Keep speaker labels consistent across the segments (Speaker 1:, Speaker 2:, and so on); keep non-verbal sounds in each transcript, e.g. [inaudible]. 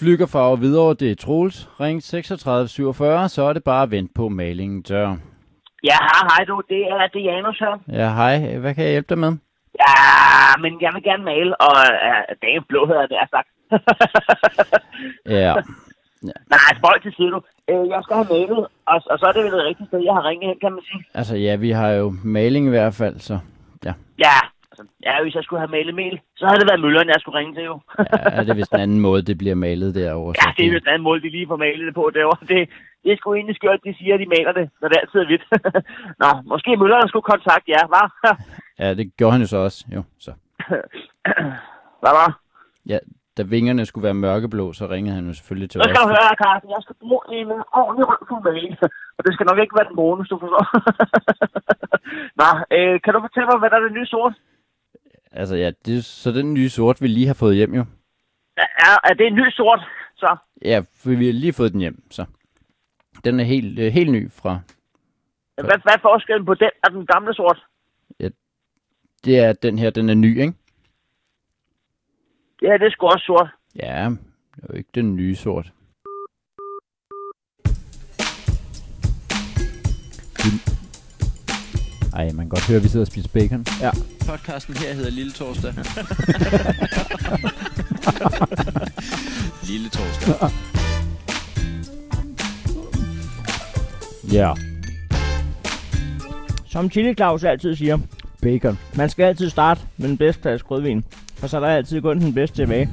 Speaker 1: Flykkerfarve videre, det er Troels. Ring 3647, så er det bare at vente på, at malingen dør.
Speaker 2: Ja, hej, hej du. Det er Dianus her.
Speaker 1: Ja, hej. Hvad kan jeg hjælpe dig med?
Speaker 2: Ja, men jeg vil gerne male, og øh, dagen blå hedder det, jeg sagt. [laughs]
Speaker 1: Ja.
Speaker 2: Nej, spøj til side, du. Øh, jeg skal have malet, og, og så er det vel det rigtige sted, jeg har ringet hen, kan man sige.
Speaker 1: Altså, ja, vi har jo maling i hvert fald, så... Ja,
Speaker 2: Ja, altså, ja hvis jeg skulle have malet mel, så havde det været mølleren, jeg skulle ringe til, jo. [laughs]
Speaker 1: ja det er vist en anden måde, det bliver malet derovre.
Speaker 2: ja,
Speaker 1: så
Speaker 2: det er jo den anden måde, de lige får malet det på derovre. Det, det er sgu egentlig skørt, de siger, at de maler det, når det altid er hvidt. [laughs] Nå, måske mølleren skulle kontakte jer, hva'? [laughs]
Speaker 1: Ja, det gjorde han jo så også, jo. Så.
Speaker 2: Hvad var?
Speaker 1: Ja, da vingerne skulle være mørkeblå, så ringede han jo selvfølgelig til
Speaker 2: Så skal du
Speaker 1: os.
Speaker 2: høre, Carsten, jeg skal bruge en øh, ordentlig rødfuld maling. Og det skal nok ikke være den bonus, du forstår. [laughs] Nå, øh, kan du fortælle mig, hvad der er det nye sort?
Speaker 1: Altså, ja, det, er så den nye sort, vi lige har fået hjem, jo.
Speaker 2: Er, er- er det en ny sort, så?
Speaker 1: Ja, for vi har lige fået den hjem, så. Den er helt, øh, helt ny fra...
Speaker 2: Hvad, hvad er forskellen på den og den gamle sort?
Speaker 1: Det er den her, den er ny, ikke?
Speaker 2: Ja, det er sgu også sort.
Speaker 1: Ja, det er jo ikke den nye sort. Ej, man kan godt høre, at vi sidder og spiser bacon. Ja.
Speaker 3: Podcasten her hedder Lille Torsdag. [laughs] Lille Torsdag.
Speaker 1: Ja.
Speaker 4: Som Chili Claus altid siger,
Speaker 1: Bacon.
Speaker 4: man skal altid starte med den bedste flaske rødvin, for så er der altid kun den bedste [laughs] tilbage.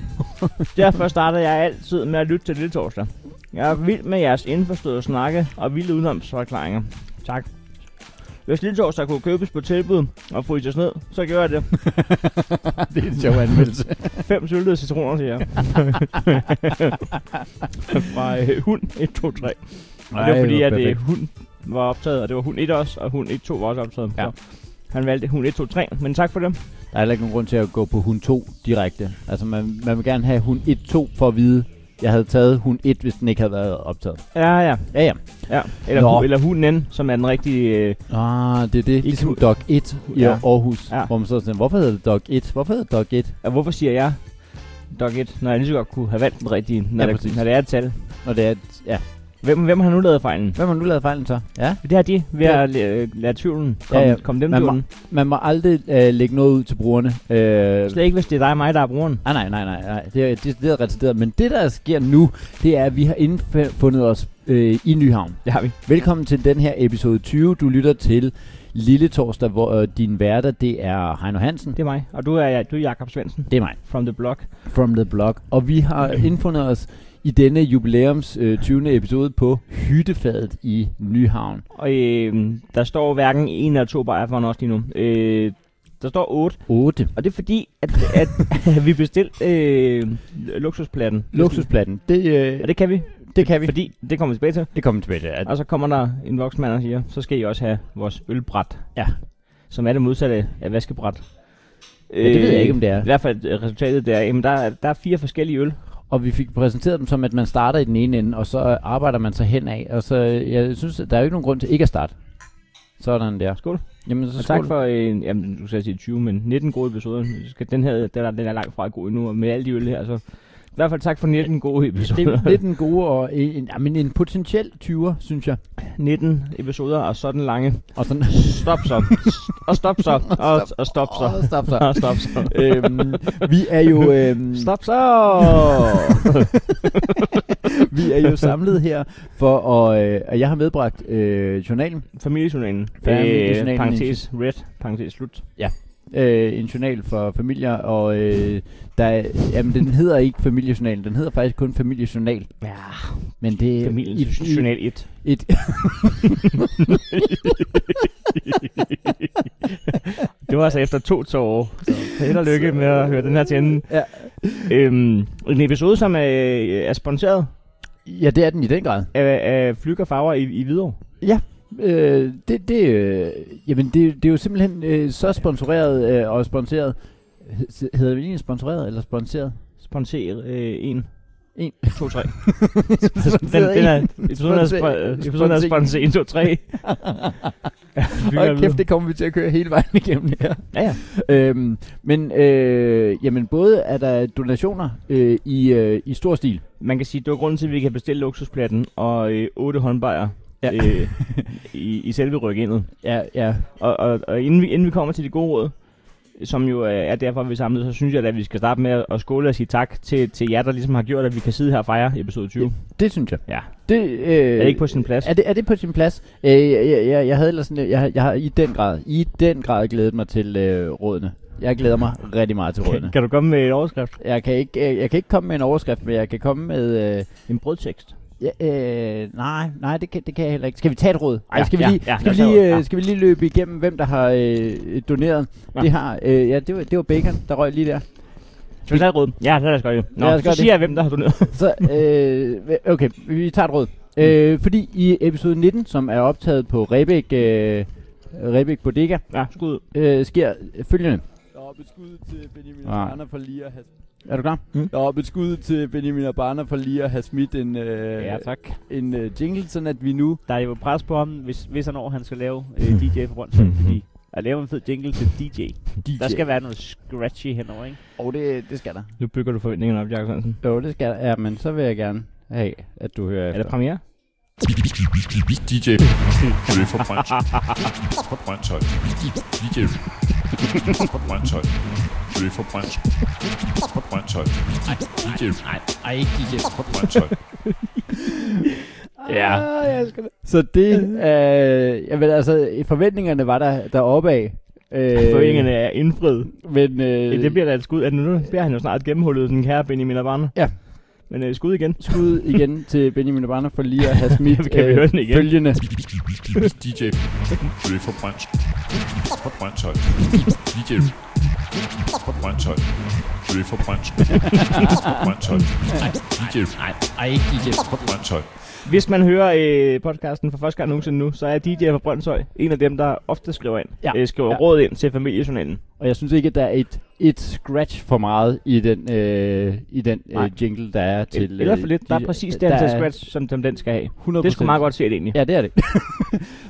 Speaker 4: Derfor starter jeg altid med at lytte til Lille Torsdag. Jeg er vild med jeres indforståede snakke og vilde udenomsforklaringer. Tak. Hvis Lille Torsdag kunne købes på tilbud og fryses ned, så gør jeg det.
Speaker 1: [laughs]
Speaker 4: [laughs]
Speaker 1: det er en sjov [laughs] anmeldelse.
Speaker 4: Fem syltede citroner, siger [laughs] jeg. Fra øh, hund 1, 2, 3. Og det var fordi, at øh, hun var optaget, og det var hun 1 også, og hun 1, 2 var også optaget.
Speaker 1: Ja.
Speaker 4: Ja. Så han valgte hun 1, 2, 3, men tak for det.
Speaker 1: Der er heller ikke nogen grund til at gå på hund 2 direkte. Altså, man, man vil gerne have hund 1-2 for at vide, jeg havde taget hund 1, hvis den ikke havde været optaget.
Speaker 4: Ja, ja.
Speaker 1: Ja, ja.
Speaker 4: ja. Eller,
Speaker 1: Nå.
Speaker 4: hu, eller hunden, som er den rigtige... Øh,
Speaker 1: Ah, det er det. Ligesom Dog 1 i
Speaker 4: Ja.
Speaker 1: Aarhus,
Speaker 4: Ja.
Speaker 1: hvor man så er sådan, hvorfor hedder det Dog 1? Hvorfor hedder det Dog 1?
Speaker 4: ja, hvorfor siger jeg Dog 1, når jeg lige så godt kunne have valgt den rigtige, når,
Speaker 1: Ja,
Speaker 4: ja,
Speaker 1: præcis.
Speaker 4: det, når det er et tal?
Speaker 1: Når det er, et- ja.
Speaker 4: Hvem, hvem har nu lavet fejlen?
Speaker 1: Hvad har man nu lavet fejlen så? Ja.
Speaker 4: Det har de ved
Speaker 1: Ja.
Speaker 4: at la- lade tvivlen
Speaker 1: Ja,
Speaker 4: komme ja,
Speaker 1: ja.
Speaker 4: ja. kom dem
Speaker 1: Man
Speaker 4: til
Speaker 1: må-
Speaker 4: den.
Speaker 1: Man må aldrig øh, lægge noget ud til brugerne. Øh,
Speaker 4: Slet ikke, hvis det er dig og mig, der er brugeren.
Speaker 1: Ah, nej, nej, nej, nej. Det er decideret retarderet. Men det, der sker nu, det er, at vi har indfundet os øh, i Nyhavn.
Speaker 4: Det har vi.
Speaker 1: Velkommen til den her episode 20. Du lytter til Lille Torsdag, hvor øh, din værter, det er Heino Hansen.
Speaker 4: Det er mig. Og du er, ja, du er Jakob Svendsen
Speaker 1: Det er mig.
Speaker 4: from the block.
Speaker 1: From the Block. Og vi har [clears throat] indfundet os i denne jubilæums øh, 20. episode på Hyttefadet i Nyhavn.
Speaker 4: Og øh, der står hverken en eller to bajer foran os lige nu. Øh, der står otte.
Speaker 1: 8.
Speaker 4: Og det er fordi, at, at, [laughs] at vi bestilte øh, luksuspladen.
Speaker 1: Luksusplatten. Det, øh,
Speaker 4: Og det kan vi,
Speaker 1: det kan vi.
Speaker 4: fordi det kommer vi tilbage til.
Speaker 1: Det kommer vi tilbage til. At,
Speaker 4: Og så kommer der en voksen mand og siger, så skal I også have vores ølbræt.
Speaker 1: Ja.
Speaker 4: Som er det modsatte af vaskebræt.
Speaker 1: ja, det ved jeg ikke, om det er.
Speaker 4: I hvert fald øh, resultatet der, er, jamen der, er- der er fire forskellige øl.
Speaker 1: Og vi fik præsenteret dem som, at man starter i den ene ende, og så øh, arbejder man sig henad. Og så, øh, jeg synes, at der er jo ikke nogen grund til ikke at starte. Sådan der.
Speaker 4: Skål.
Speaker 1: Jamen, så
Speaker 4: Og
Speaker 1: skål.
Speaker 4: tak for, øh, jamen du skal sige 20, men 19 gode episoder. Vi Skal den her, den er, den er langt fra god endnu, og med alle de øl her, så... I hvert fald tak for 19 gode
Speaker 1: Det
Speaker 4: episoder.
Speaker 1: er lidt en gode og en, en, jamen, en potentiel 20'er, synes jeg.
Speaker 4: 19 episoder og sådan lange.
Speaker 1: Og sådan,
Speaker 4: Stop så. Og stop
Speaker 1: [laughs]
Speaker 4: så. Og, og stop
Speaker 1: Åh,
Speaker 4: så.
Speaker 1: stop [laughs] så.
Speaker 4: Og stop så.
Speaker 1: øhm, vi er jo øhm,
Speaker 4: [laughs] Stop så!
Speaker 1: [laughs] vi er jo samlet her for at øh, og jeg har medbragt øh, journalen
Speaker 4: Familiejournalen.
Speaker 1: Familiejournalen.
Speaker 4: Øh, parentes red, parentes slut.
Speaker 1: øh, en journal for familier og øh, der er, jamen den hedder ikke familiejournalen den hedder faktisk kun familiejournal
Speaker 4: Ja,
Speaker 1: men det er i- i-
Speaker 4: familiejournal 1.
Speaker 1: et
Speaker 4: [laughs] Det var altså efter to tårer. Så held og lykke med at høre den her til enden.
Speaker 1: Ja.
Speaker 4: Øhm, en episode, som er, er sponsoreret
Speaker 1: ja det er den i den grad
Speaker 4: af, af Flyg og Farver i, i Hvidovre.
Speaker 1: øh, det det øh, jamen det, det er jo simpelthen øh, så sponsoreret øh, og sponsoreret H- hedder det egentlig sponsoreret eller sponsoreret
Speaker 4: Sponser øh, en.
Speaker 1: En. [laughs]
Speaker 4: To, tre. den, den er, episoden er,
Speaker 1: Sponser-
Speaker 4: spo- episoden er sponsor 1,
Speaker 1: [laughs]
Speaker 4: 2, 3.
Speaker 1: Og kæft, det kommer vi til at køre hele vejen igennem det her.
Speaker 4: Ja, ja.
Speaker 5: øh,
Speaker 1: Øhm, men øh, jamen, både er der donationer øh, i, øh, i stor stil,
Speaker 4: man kan sige, det var grunden til, at vi kan bestille luksusplatten og øh, otte håndbejer
Speaker 5: Ja.
Speaker 4: ja.
Speaker 6: [laughs]
Speaker 4: øh, i, i selve ryggendet.
Speaker 5: Ja, ja.
Speaker 4: Og, og, og inden, vi, inden vi kommer til de gode råd, som jo øh, er derfor, vi er samlet, så synes jeg, da, at vi skal starte med at- at skåle og sige tak til, til jer, der ligesom har gjort, at vi kan sidde her og fejre episode 20.
Speaker 5: Det synes jeg.
Speaker 4: Ja.
Speaker 5: Det, øh,
Speaker 4: Er det ikke på sin plads?
Speaker 5: Er det, er det på sin plads? Øh, jeg, jeg- jeg, jeg havde ellers sådan, jeg, har- jeg har i den grad, i den grad glædet mig til øh, rådene. Jeg glæder mig rigtig meget til
Speaker 4: Kan,
Speaker 5: rådene.
Speaker 4: kan du komme med en overskrift?
Speaker 5: Jeg kan, ikke, øh, jeg kan ikke komme med en overskrift, men jeg kan komme med... Øh,
Speaker 4: En brødtekst.
Speaker 5: ja, øh, nej, nej det, kan, det kan jeg heller ikke. Skal vi tage et råd? Ej,
Speaker 4: Ja,
Speaker 5: skal, vi
Speaker 4: ja,
Speaker 5: lige,
Speaker 4: ja,
Speaker 5: skal, vi
Speaker 4: lad os tage
Speaker 5: lige,
Speaker 4: et råd,
Speaker 5: øh,
Speaker 4: ja.
Speaker 5: skal vi lige løbe igennem, hvem der har øh, doneret?
Speaker 4: Ja.
Speaker 5: Det har, øh, ja, det var, det var Bacon, der røg lige der.
Speaker 4: Skal vi tage et rød? Ja, lad os gøre det. Nå,
Speaker 5: Lad os
Speaker 4: så
Speaker 5: gøre
Speaker 4: siger jeg, hvem der har
Speaker 6: [laughs]
Speaker 4: doneret.
Speaker 5: Så, øh, okay, vi tager et råd.
Speaker 4: Mm.
Speaker 5: Øh, fordi i episode 19, som er optaget på Rebæk, øh, Rebæk Bodega,
Speaker 4: ja, skud.
Speaker 5: øh, sker følgende.
Speaker 1: Deroppe et skud til Benjamin
Speaker 5: Nej.
Speaker 1: Abana for lige at have...
Speaker 5: Er du klar?
Speaker 4: Mm.
Speaker 1: Deroppe et skud til Benjamin Abana for lige at have smidt en, øh,
Speaker 4: Ja, tak.
Speaker 1: en øh, jingle, sådan at vi nu...
Speaker 6: Der er jo pres på ham, hvis, hvis han over, han skal lave
Speaker 4: [laughs]
Speaker 6: øh, DJ for Brøndshøj,
Speaker 4: Mhm.
Speaker 6: fordi at lave en fed jingle til DJ.
Speaker 5: DJ.
Speaker 6: Der skal være noget scratchy henover, ikke?
Speaker 5: oh, det, det skal der.
Speaker 4: Nu bygger du forventningerne op, Jakob Sørensen.
Speaker 5: Jo, det skal der. Ja, men så vil jeg gerne have, at du hører
Speaker 4: Er
Speaker 5: efter.
Speaker 4: det premiere?
Speaker 7: DJ Chef fra Brøndshøj. Fra Brøndshøj. DJ fra Brøndshøj. Chef fra Brøndshøj. Fra Brøndshøj. DJ
Speaker 5: Ej, ikke DJ.
Speaker 7: fra Brøndshøj.
Speaker 5: Ja. Ah, jeg elsker det. Så det, øh, jamen altså, forventningerne var der, der af. Øh,
Speaker 4: Forventningerne er indfriet.
Speaker 5: Men, øh,
Speaker 4: Øh. Det bliver da et skud. At nu nu bliver han jo snart gennemhullet, den kære Benjamin Abana.
Speaker 5: Ja.
Speaker 4: Men øh, skud igen.
Speaker 5: skud igen til Benjamin Abana for lige at have
Speaker 4: [laughs]
Speaker 5: smidt øh,
Speaker 4: Kan vi høre den igen?
Speaker 5: følgende.
Speaker 7: DJ Chef fra Brøndshøj. Fra Brøndshøj. DJ fra Brøndshøj. Chef fra Brøndshøj. Fra Brøndshøj. DJ
Speaker 5: Ej, ikke DJ.
Speaker 7: fra Brøndshøj.
Speaker 4: Hvis man hører øh, podcasten for første gang nogensinde nu, så er DJ fra Brøndshøj en af dem, der ofte skriver ind.
Speaker 5: Ja.
Speaker 4: Øh, skriver
Speaker 5: Ja.
Speaker 4: ja. råd ind til familiejournalen.
Speaker 5: Og jeg synes ikke, at der er et, et scratch for meget i den, øh, i den
Speaker 4: Nej.
Speaker 5: øh, jingle, der er til... øh,
Speaker 4: Eller for lidt. Der er
Speaker 5: de-
Speaker 4: præcis
Speaker 5: der
Speaker 4: den til
Speaker 5: er
Speaker 4: scratch, som som den skal have.
Speaker 5: 100%.
Speaker 4: Det skulle meget godt se det egentlig.
Speaker 5: Ja, det [laughs] er det.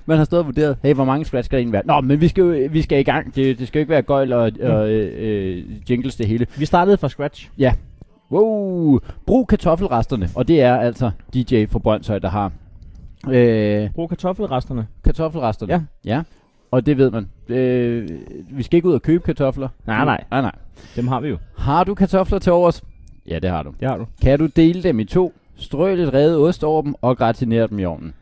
Speaker 5: Man har stået og vurderet, hey, hvor mange scratch skal der egentlig være? Nå, men vi skal, jo- vi skal i gang. Det, det skal jo ikke være gøjl og, og øh, øh, jingles det hele.
Speaker 4: Vi startede fra scratch.
Speaker 5: Wow! Brug kartoffelresterne. Og det er altså DJ fra Brøndshøj, der har øh,
Speaker 4: Brug kartoffelresterne.
Speaker 5: kartoffelresterne.
Speaker 4: Ja.
Speaker 5: ja. Og det ved man. Øh, vi skal ikke ud og købe kartofler.
Speaker 4: Nej, nej.
Speaker 5: Nej, nej.
Speaker 4: Dem har vi jo.
Speaker 5: Har du kartofler til overs? Ja, det har du.
Speaker 4: Det har du.
Speaker 5: Kan du dele dem i to, strø lidt revet ost over dem og gratinere dem i ovnen?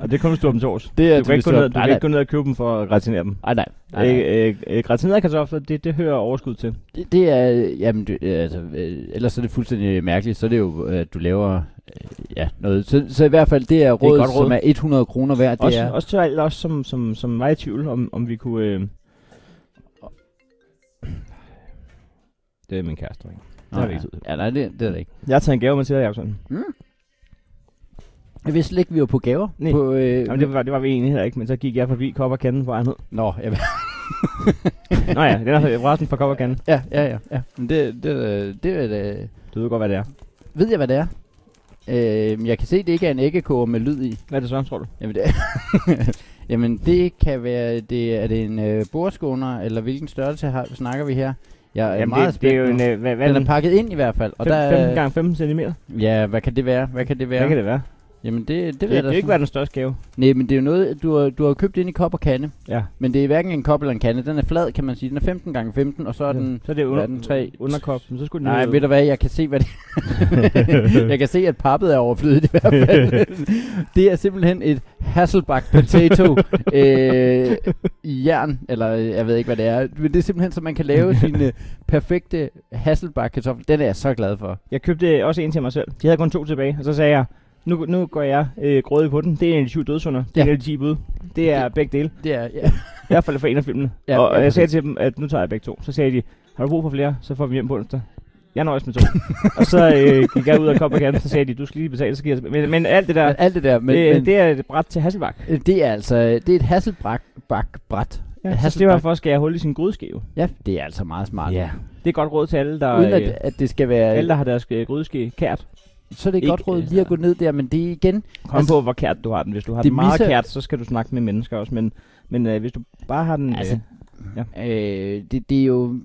Speaker 4: Og det kommer stå dem til års.
Speaker 5: Det er
Speaker 4: Du kan ikke gå
Speaker 5: til,
Speaker 4: ned,
Speaker 5: hvis
Speaker 4: du
Speaker 5: har-
Speaker 4: kan
Speaker 5: nej,
Speaker 4: ikke gå ned og købe dem for at gratinere dem.
Speaker 5: nej, nej, nej, nej.
Speaker 4: Øh, øh, øh, gratinerede kartofler, det, det hører overskud til.
Speaker 5: Det, det er, jamen, det, øh, altså, øh, ellers er det fuldstændig mærkeligt, så er det jo, at du laver, øh, ja, noget. Så, så i hvert fald, det er råd,
Speaker 4: godt råd.
Speaker 5: som er 100 kroner værd, det
Speaker 4: Også,
Speaker 5: er,
Speaker 4: også til alle os, som, som, som var i tvivl, om, om vi kunne... Øh... Det er min kæreste, ikke?
Speaker 5: Nå,
Speaker 4: har vi
Speaker 5: ja.
Speaker 4: ikke tid til.
Speaker 5: Ja, nej, det, det er det ikke.
Speaker 4: Jeg har taget en gave med til dig, Jacobsen.
Speaker 5: Jeg vidste slet ikke, vi var på gaver.
Speaker 4: Nej.
Speaker 5: På, øh,
Speaker 4: Jamen, det var, det var vi egentlig heller ikke, men så gik jeg forbi kop og kanden, hvor han hed.
Speaker 5: Nå, ja,
Speaker 4: Nå ja, den er resten fra kop og kanden.
Speaker 5: ja, ja, ja, ja. Men det, det, øh, det, er det,
Speaker 4: Du ved godt, hvad det er.
Speaker 5: ved jeg, hvad det er? Øh, jeg kan se, det ikke er en æggekoger med lyd i.
Speaker 4: Hvad er det så, tror du?
Speaker 5: Jamen det, [laughs] Jamen det kan være, det, er det en øh, bordskåner, eller hvilken størrelse har, snakker vi her? Jeg er
Speaker 4: Jamen,
Speaker 5: meget
Speaker 4: det, det er jo en...
Speaker 5: nu.
Speaker 4: øh, Hvad, hvad
Speaker 5: Den er pakket ind i hvert fald, og der er-
Speaker 4: 15 gange 15 cm.
Speaker 5: Ja, hvad kan det være? Hvad kan det være?
Speaker 4: øh, Hvad kan det være?
Speaker 5: Jamen det, det ved
Speaker 4: Det, det,
Speaker 5: jeg
Speaker 4: det
Speaker 5: da
Speaker 4: kan ikke
Speaker 5: sådan-
Speaker 4: være den største gave.
Speaker 5: Nej, men det er jo noget, du har, du har købt ind i kop og kande,
Speaker 4: Ja.
Speaker 5: men det er hverken en kop eller en kande. Den er flad, kan man sige. Den er 15 gange 15, og så er den...
Speaker 4: så er det
Speaker 5: hvad er den, tre?
Speaker 4: under, underkop, men så skulle den
Speaker 5: Nej,
Speaker 4: jo-
Speaker 5: ved du hvad, jeg kan se, hvad det Jeg kan se, at pappet er [laughs] overflødigt i hvert fald.
Speaker 4: [laughs]
Speaker 5: det er simpelthen et Hasselback potato øh, i jern, eller øh, jeg ved ikke, hvad det er. Men det er simpelthen, så man kan
Speaker 4: [laughs]
Speaker 5: lave sine perfekte Hasselback kartoffel. Den er jeg så glad for.
Speaker 4: Jeg købte øh, også en til mig selv. De havde kun to tilbage, og så sagde jeg, nu, nu går jeg øh, grådig på den. Det er en af de syv dødsunder. Det er
Speaker 5: Ja.
Speaker 4: en af de ti bud. Det er begge dele.
Speaker 5: Det er, [laughs] ja.
Speaker 4: I hvert fald for en af filmene.
Speaker 5: Ja,
Speaker 4: Ja, og
Speaker 5: ja,
Speaker 4: og jeg sagde
Speaker 5: præcis.
Speaker 4: til dem, at nu tager jeg begge to. Så sagde de, har du brug for flere, så får vi hjem på onsdag. Jeg
Speaker 5: [laughs]
Speaker 4: nøjes med to. og så øh, gik jeg ud og kom på kanten, så sagde de, du skal lige betale, så giver jeg tilbage. Men, men alt det der,
Speaker 5: Men Altså, alt det der, men,
Speaker 4: men, øh,
Speaker 5: men
Speaker 4: det er et bræt til Hasselbak.
Speaker 5: det er altså det er et Hasselback-bræt.
Speaker 4: Ja, så det
Speaker 5: Hasselbak.
Speaker 4: var for at skære hul i sin grydeskæve.
Speaker 5: Ja, det er altså meget smart.
Speaker 4: Det er et godt råd til alle, der,
Speaker 5: Uden at,
Speaker 4: øh,
Speaker 5: at det skal være...
Speaker 4: alle, der har deres øh, grydeske kært.
Speaker 5: så er det et
Speaker 4: ikke-
Speaker 5: godt råd lige at gå ned der, men det er igen...
Speaker 4: Kom
Speaker 5: Altså,
Speaker 4: altså, på, hvor kært du har den. Hvis du har
Speaker 5: det
Speaker 4: den meget
Speaker 5: misser-
Speaker 4: kært, så skal du snakke med mennesker også. Men, men øh, hvis du bare har den...
Speaker 5: Altså,
Speaker 4: øh,
Speaker 5: Øh, det, det er jo,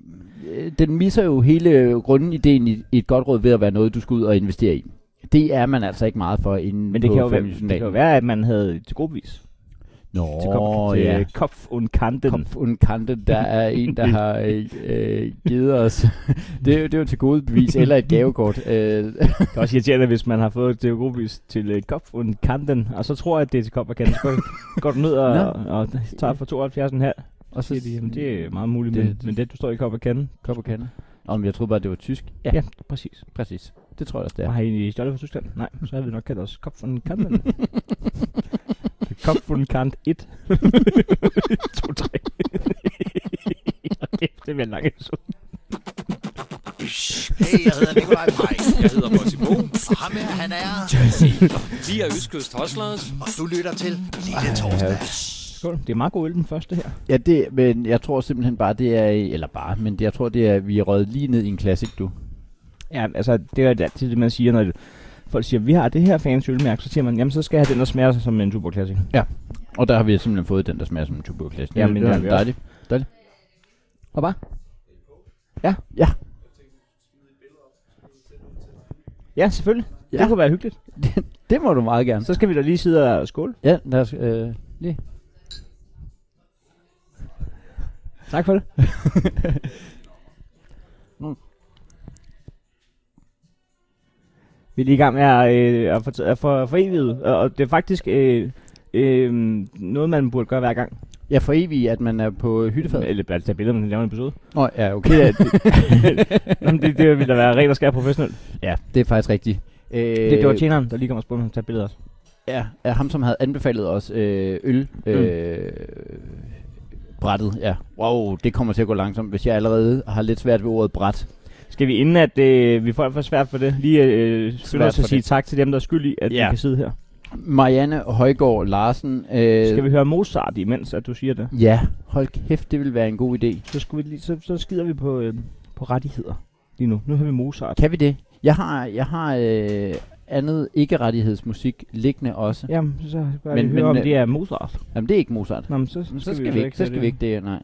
Speaker 5: øh, den misser jo hele grundideen i, i et godt råd ved at være noget, du skal ud og investere i. Det er man altså ikke meget for inden
Speaker 4: Men det
Speaker 5: på
Speaker 4: kan, jo være, det
Speaker 5: Familiejournalen.
Speaker 4: kan jo være, at man havde til gruppevis.
Speaker 5: Nå,
Speaker 4: Til, kop, til øh,
Speaker 5: ja.
Speaker 4: ja. kopf und kanten.
Speaker 5: Kopf und Kante, der er en, der har øh, øh, givet os. [laughs] det, er, jo- det er jo til gode bevis, eller et gavekort. Øh,
Speaker 4: Det er også irriterende, hvis man har fået det gruppevis til øh, kopf und kanten, og så tror jeg, at det er til kopf og kanten. Så [laughs] går- går du ned og,
Speaker 5: Nå.
Speaker 4: og tager for 72,5.
Speaker 5: og
Speaker 4: Så siger de, jamen det er meget muligt,
Speaker 5: Det-
Speaker 4: det, men, men det, du står i kopf og kanten.
Speaker 5: kop og kande. Om jeg troede bare, det var tysk. Ja,
Speaker 4: Ja, ja præcis.
Speaker 5: præcis. Det tror jeg også, det
Speaker 4: Ja.
Speaker 5: er.
Speaker 4: Har I egentlig stjålet fra Tyskland? Nej, så havde vi nok kaldt os kopf und kanten. kopf und kant [laughs] 1. 2, 3. Kæft, det bliver en lang episode.
Speaker 2: Hey, jeg hedder Nikolaj Pajs. Jeg hedder Bossy Bo. Og ham her, han er... Jazzy. Vi er Østkyst Hoslers. Og du lytter til Lille Torsdag.
Speaker 4: Skål. Det er meget god øl, den første her.
Speaker 5: Ja, det, men jeg tror simpelthen bare, det er... Eller bare, men jeg tror, det er, vi er røget lige ned i en klassik, du.
Speaker 4: Ja, altså, det er jo altid det, man siger, når folk siger, vi har det her fans ølmærke, så siger man, jamen så skal jeg have den, der smager som en superklassik.
Speaker 5: Og der har vi simpelthen fået den, der smager som en tuberklasse.
Speaker 4: Jamen, det har vi også.
Speaker 5: dejligt. Dejligt. Og bare? Ja. Ja.
Speaker 4: Ja, selvfølgelig. Ja.
Speaker 5: Ja.
Speaker 4: Det kunne være hyggeligt.
Speaker 5: Det, det må du meget gerne.
Speaker 4: Så skal vi da lige sidde og skåle.
Speaker 5: Ja, lad os øh, lige.
Speaker 4: Tak for det. [laughs] mm. Vi er lige i gang med at, øh, at, for, at for, for evigt, og, og det er faktisk øh, øh, noget, man burde gøre hver gang.
Speaker 5: Jeg for evigt, at man er på hyttefad.
Speaker 4: Eller bare tage billeder, når man laver en [laughs] episode.
Speaker 5: Nå, [laughs] ja, okay.
Speaker 4: Det, er, [laughs] det, Nå, men det, det ville da være rent og skære professionelt.
Speaker 5: Ja, det er faktisk rigtigt. Øh,
Speaker 4: Det, det var tjeneren, der lige kom og spurgte, om han tager billeder.
Speaker 5: ja, er ham, som havde anbefalet os øh, øl. Øh, brættet, ja. Wow, det kommer til at gå langsomt, hvis jeg allerede har lidt svært ved ordet bræt.
Speaker 4: Skal vi inden at øh, vi får alt for svært for det, lige øh, skynde
Speaker 5: Svært
Speaker 4: os at
Speaker 5: for
Speaker 4: sige
Speaker 5: det.
Speaker 4: tak til dem, der er skyld i, at
Speaker 5: Ja.
Speaker 4: vi kan sidde her.
Speaker 5: Marianne Højgaard Larsen. Øh,
Speaker 4: Skal vi høre Mozart imens, at du siger det?
Speaker 5: Ja, hold kæft, det ville være en god idé.
Speaker 4: Så, skal vi lige, så, så skider vi på, øh, på rettigheder lige nu. Nu hører vi Mozart.
Speaker 5: Kan vi det? Jeg har, jeg har øh, andet ikke-rettighedsmusik liggende også.
Speaker 4: Jamen, så bare
Speaker 5: Men-
Speaker 4: men, høre,
Speaker 5: men,
Speaker 4: om
Speaker 5: øh,
Speaker 4: det er Mozart.
Speaker 5: Jamen, det er ikke Mozart.
Speaker 4: Nå, men så,
Speaker 5: Men så skal, vi, ikke, så
Speaker 4: have
Speaker 5: skal
Speaker 4: det.
Speaker 5: vi ikke det, nej,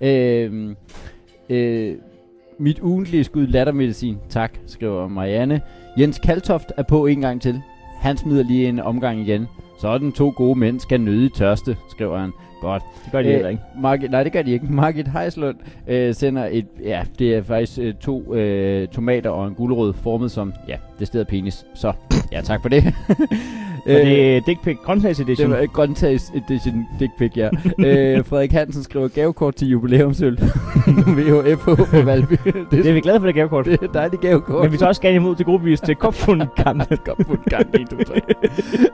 Speaker 5: nej. Øhm, øh, mit ugentlige skud lattermedicin, tak, skriver Marianne. Jens Kaltoft er på en gang til. Han smider lige en omgang igen. Sådan to gode mænd skal nøde tørste, skriver han. Godt.
Speaker 4: Det gør de
Speaker 5: Øh,
Speaker 4: heller ikke.
Speaker 5: Margit, nej, det gør de ikke. [laughs] Margit Heislund øh, sender et, ja, det er faktisk øh, to øh, tomater og en gulerod formet som, ja, det steder penis. Så, ja, tak for det. [laughs]
Speaker 4: Øh, det er Dick Pick Grøntsags
Speaker 5: Det
Speaker 4: Edition.
Speaker 5: var ikke grøntsags edition dick pic,
Speaker 4: [laughs]
Speaker 5: ja. øh, Frederik Hansen skriver gavekort til jubilæumsøl. [laughs] VHFH på
Speaker 4: [laughs]
Speaker 5: Valby.
Speaker 4: Det
Speaker 5: det,
Speaker 4: er vi glade for, det gavekort.
Speaker 5: det er et dejligt gavekort.
Speaker 4: Men vi tager også gerne imod til gruppevis til
Speaker 5: [laughs]
Speaker 4: kopfundkampen.
Speaker 5: godt på en gang, 1, 2, 3.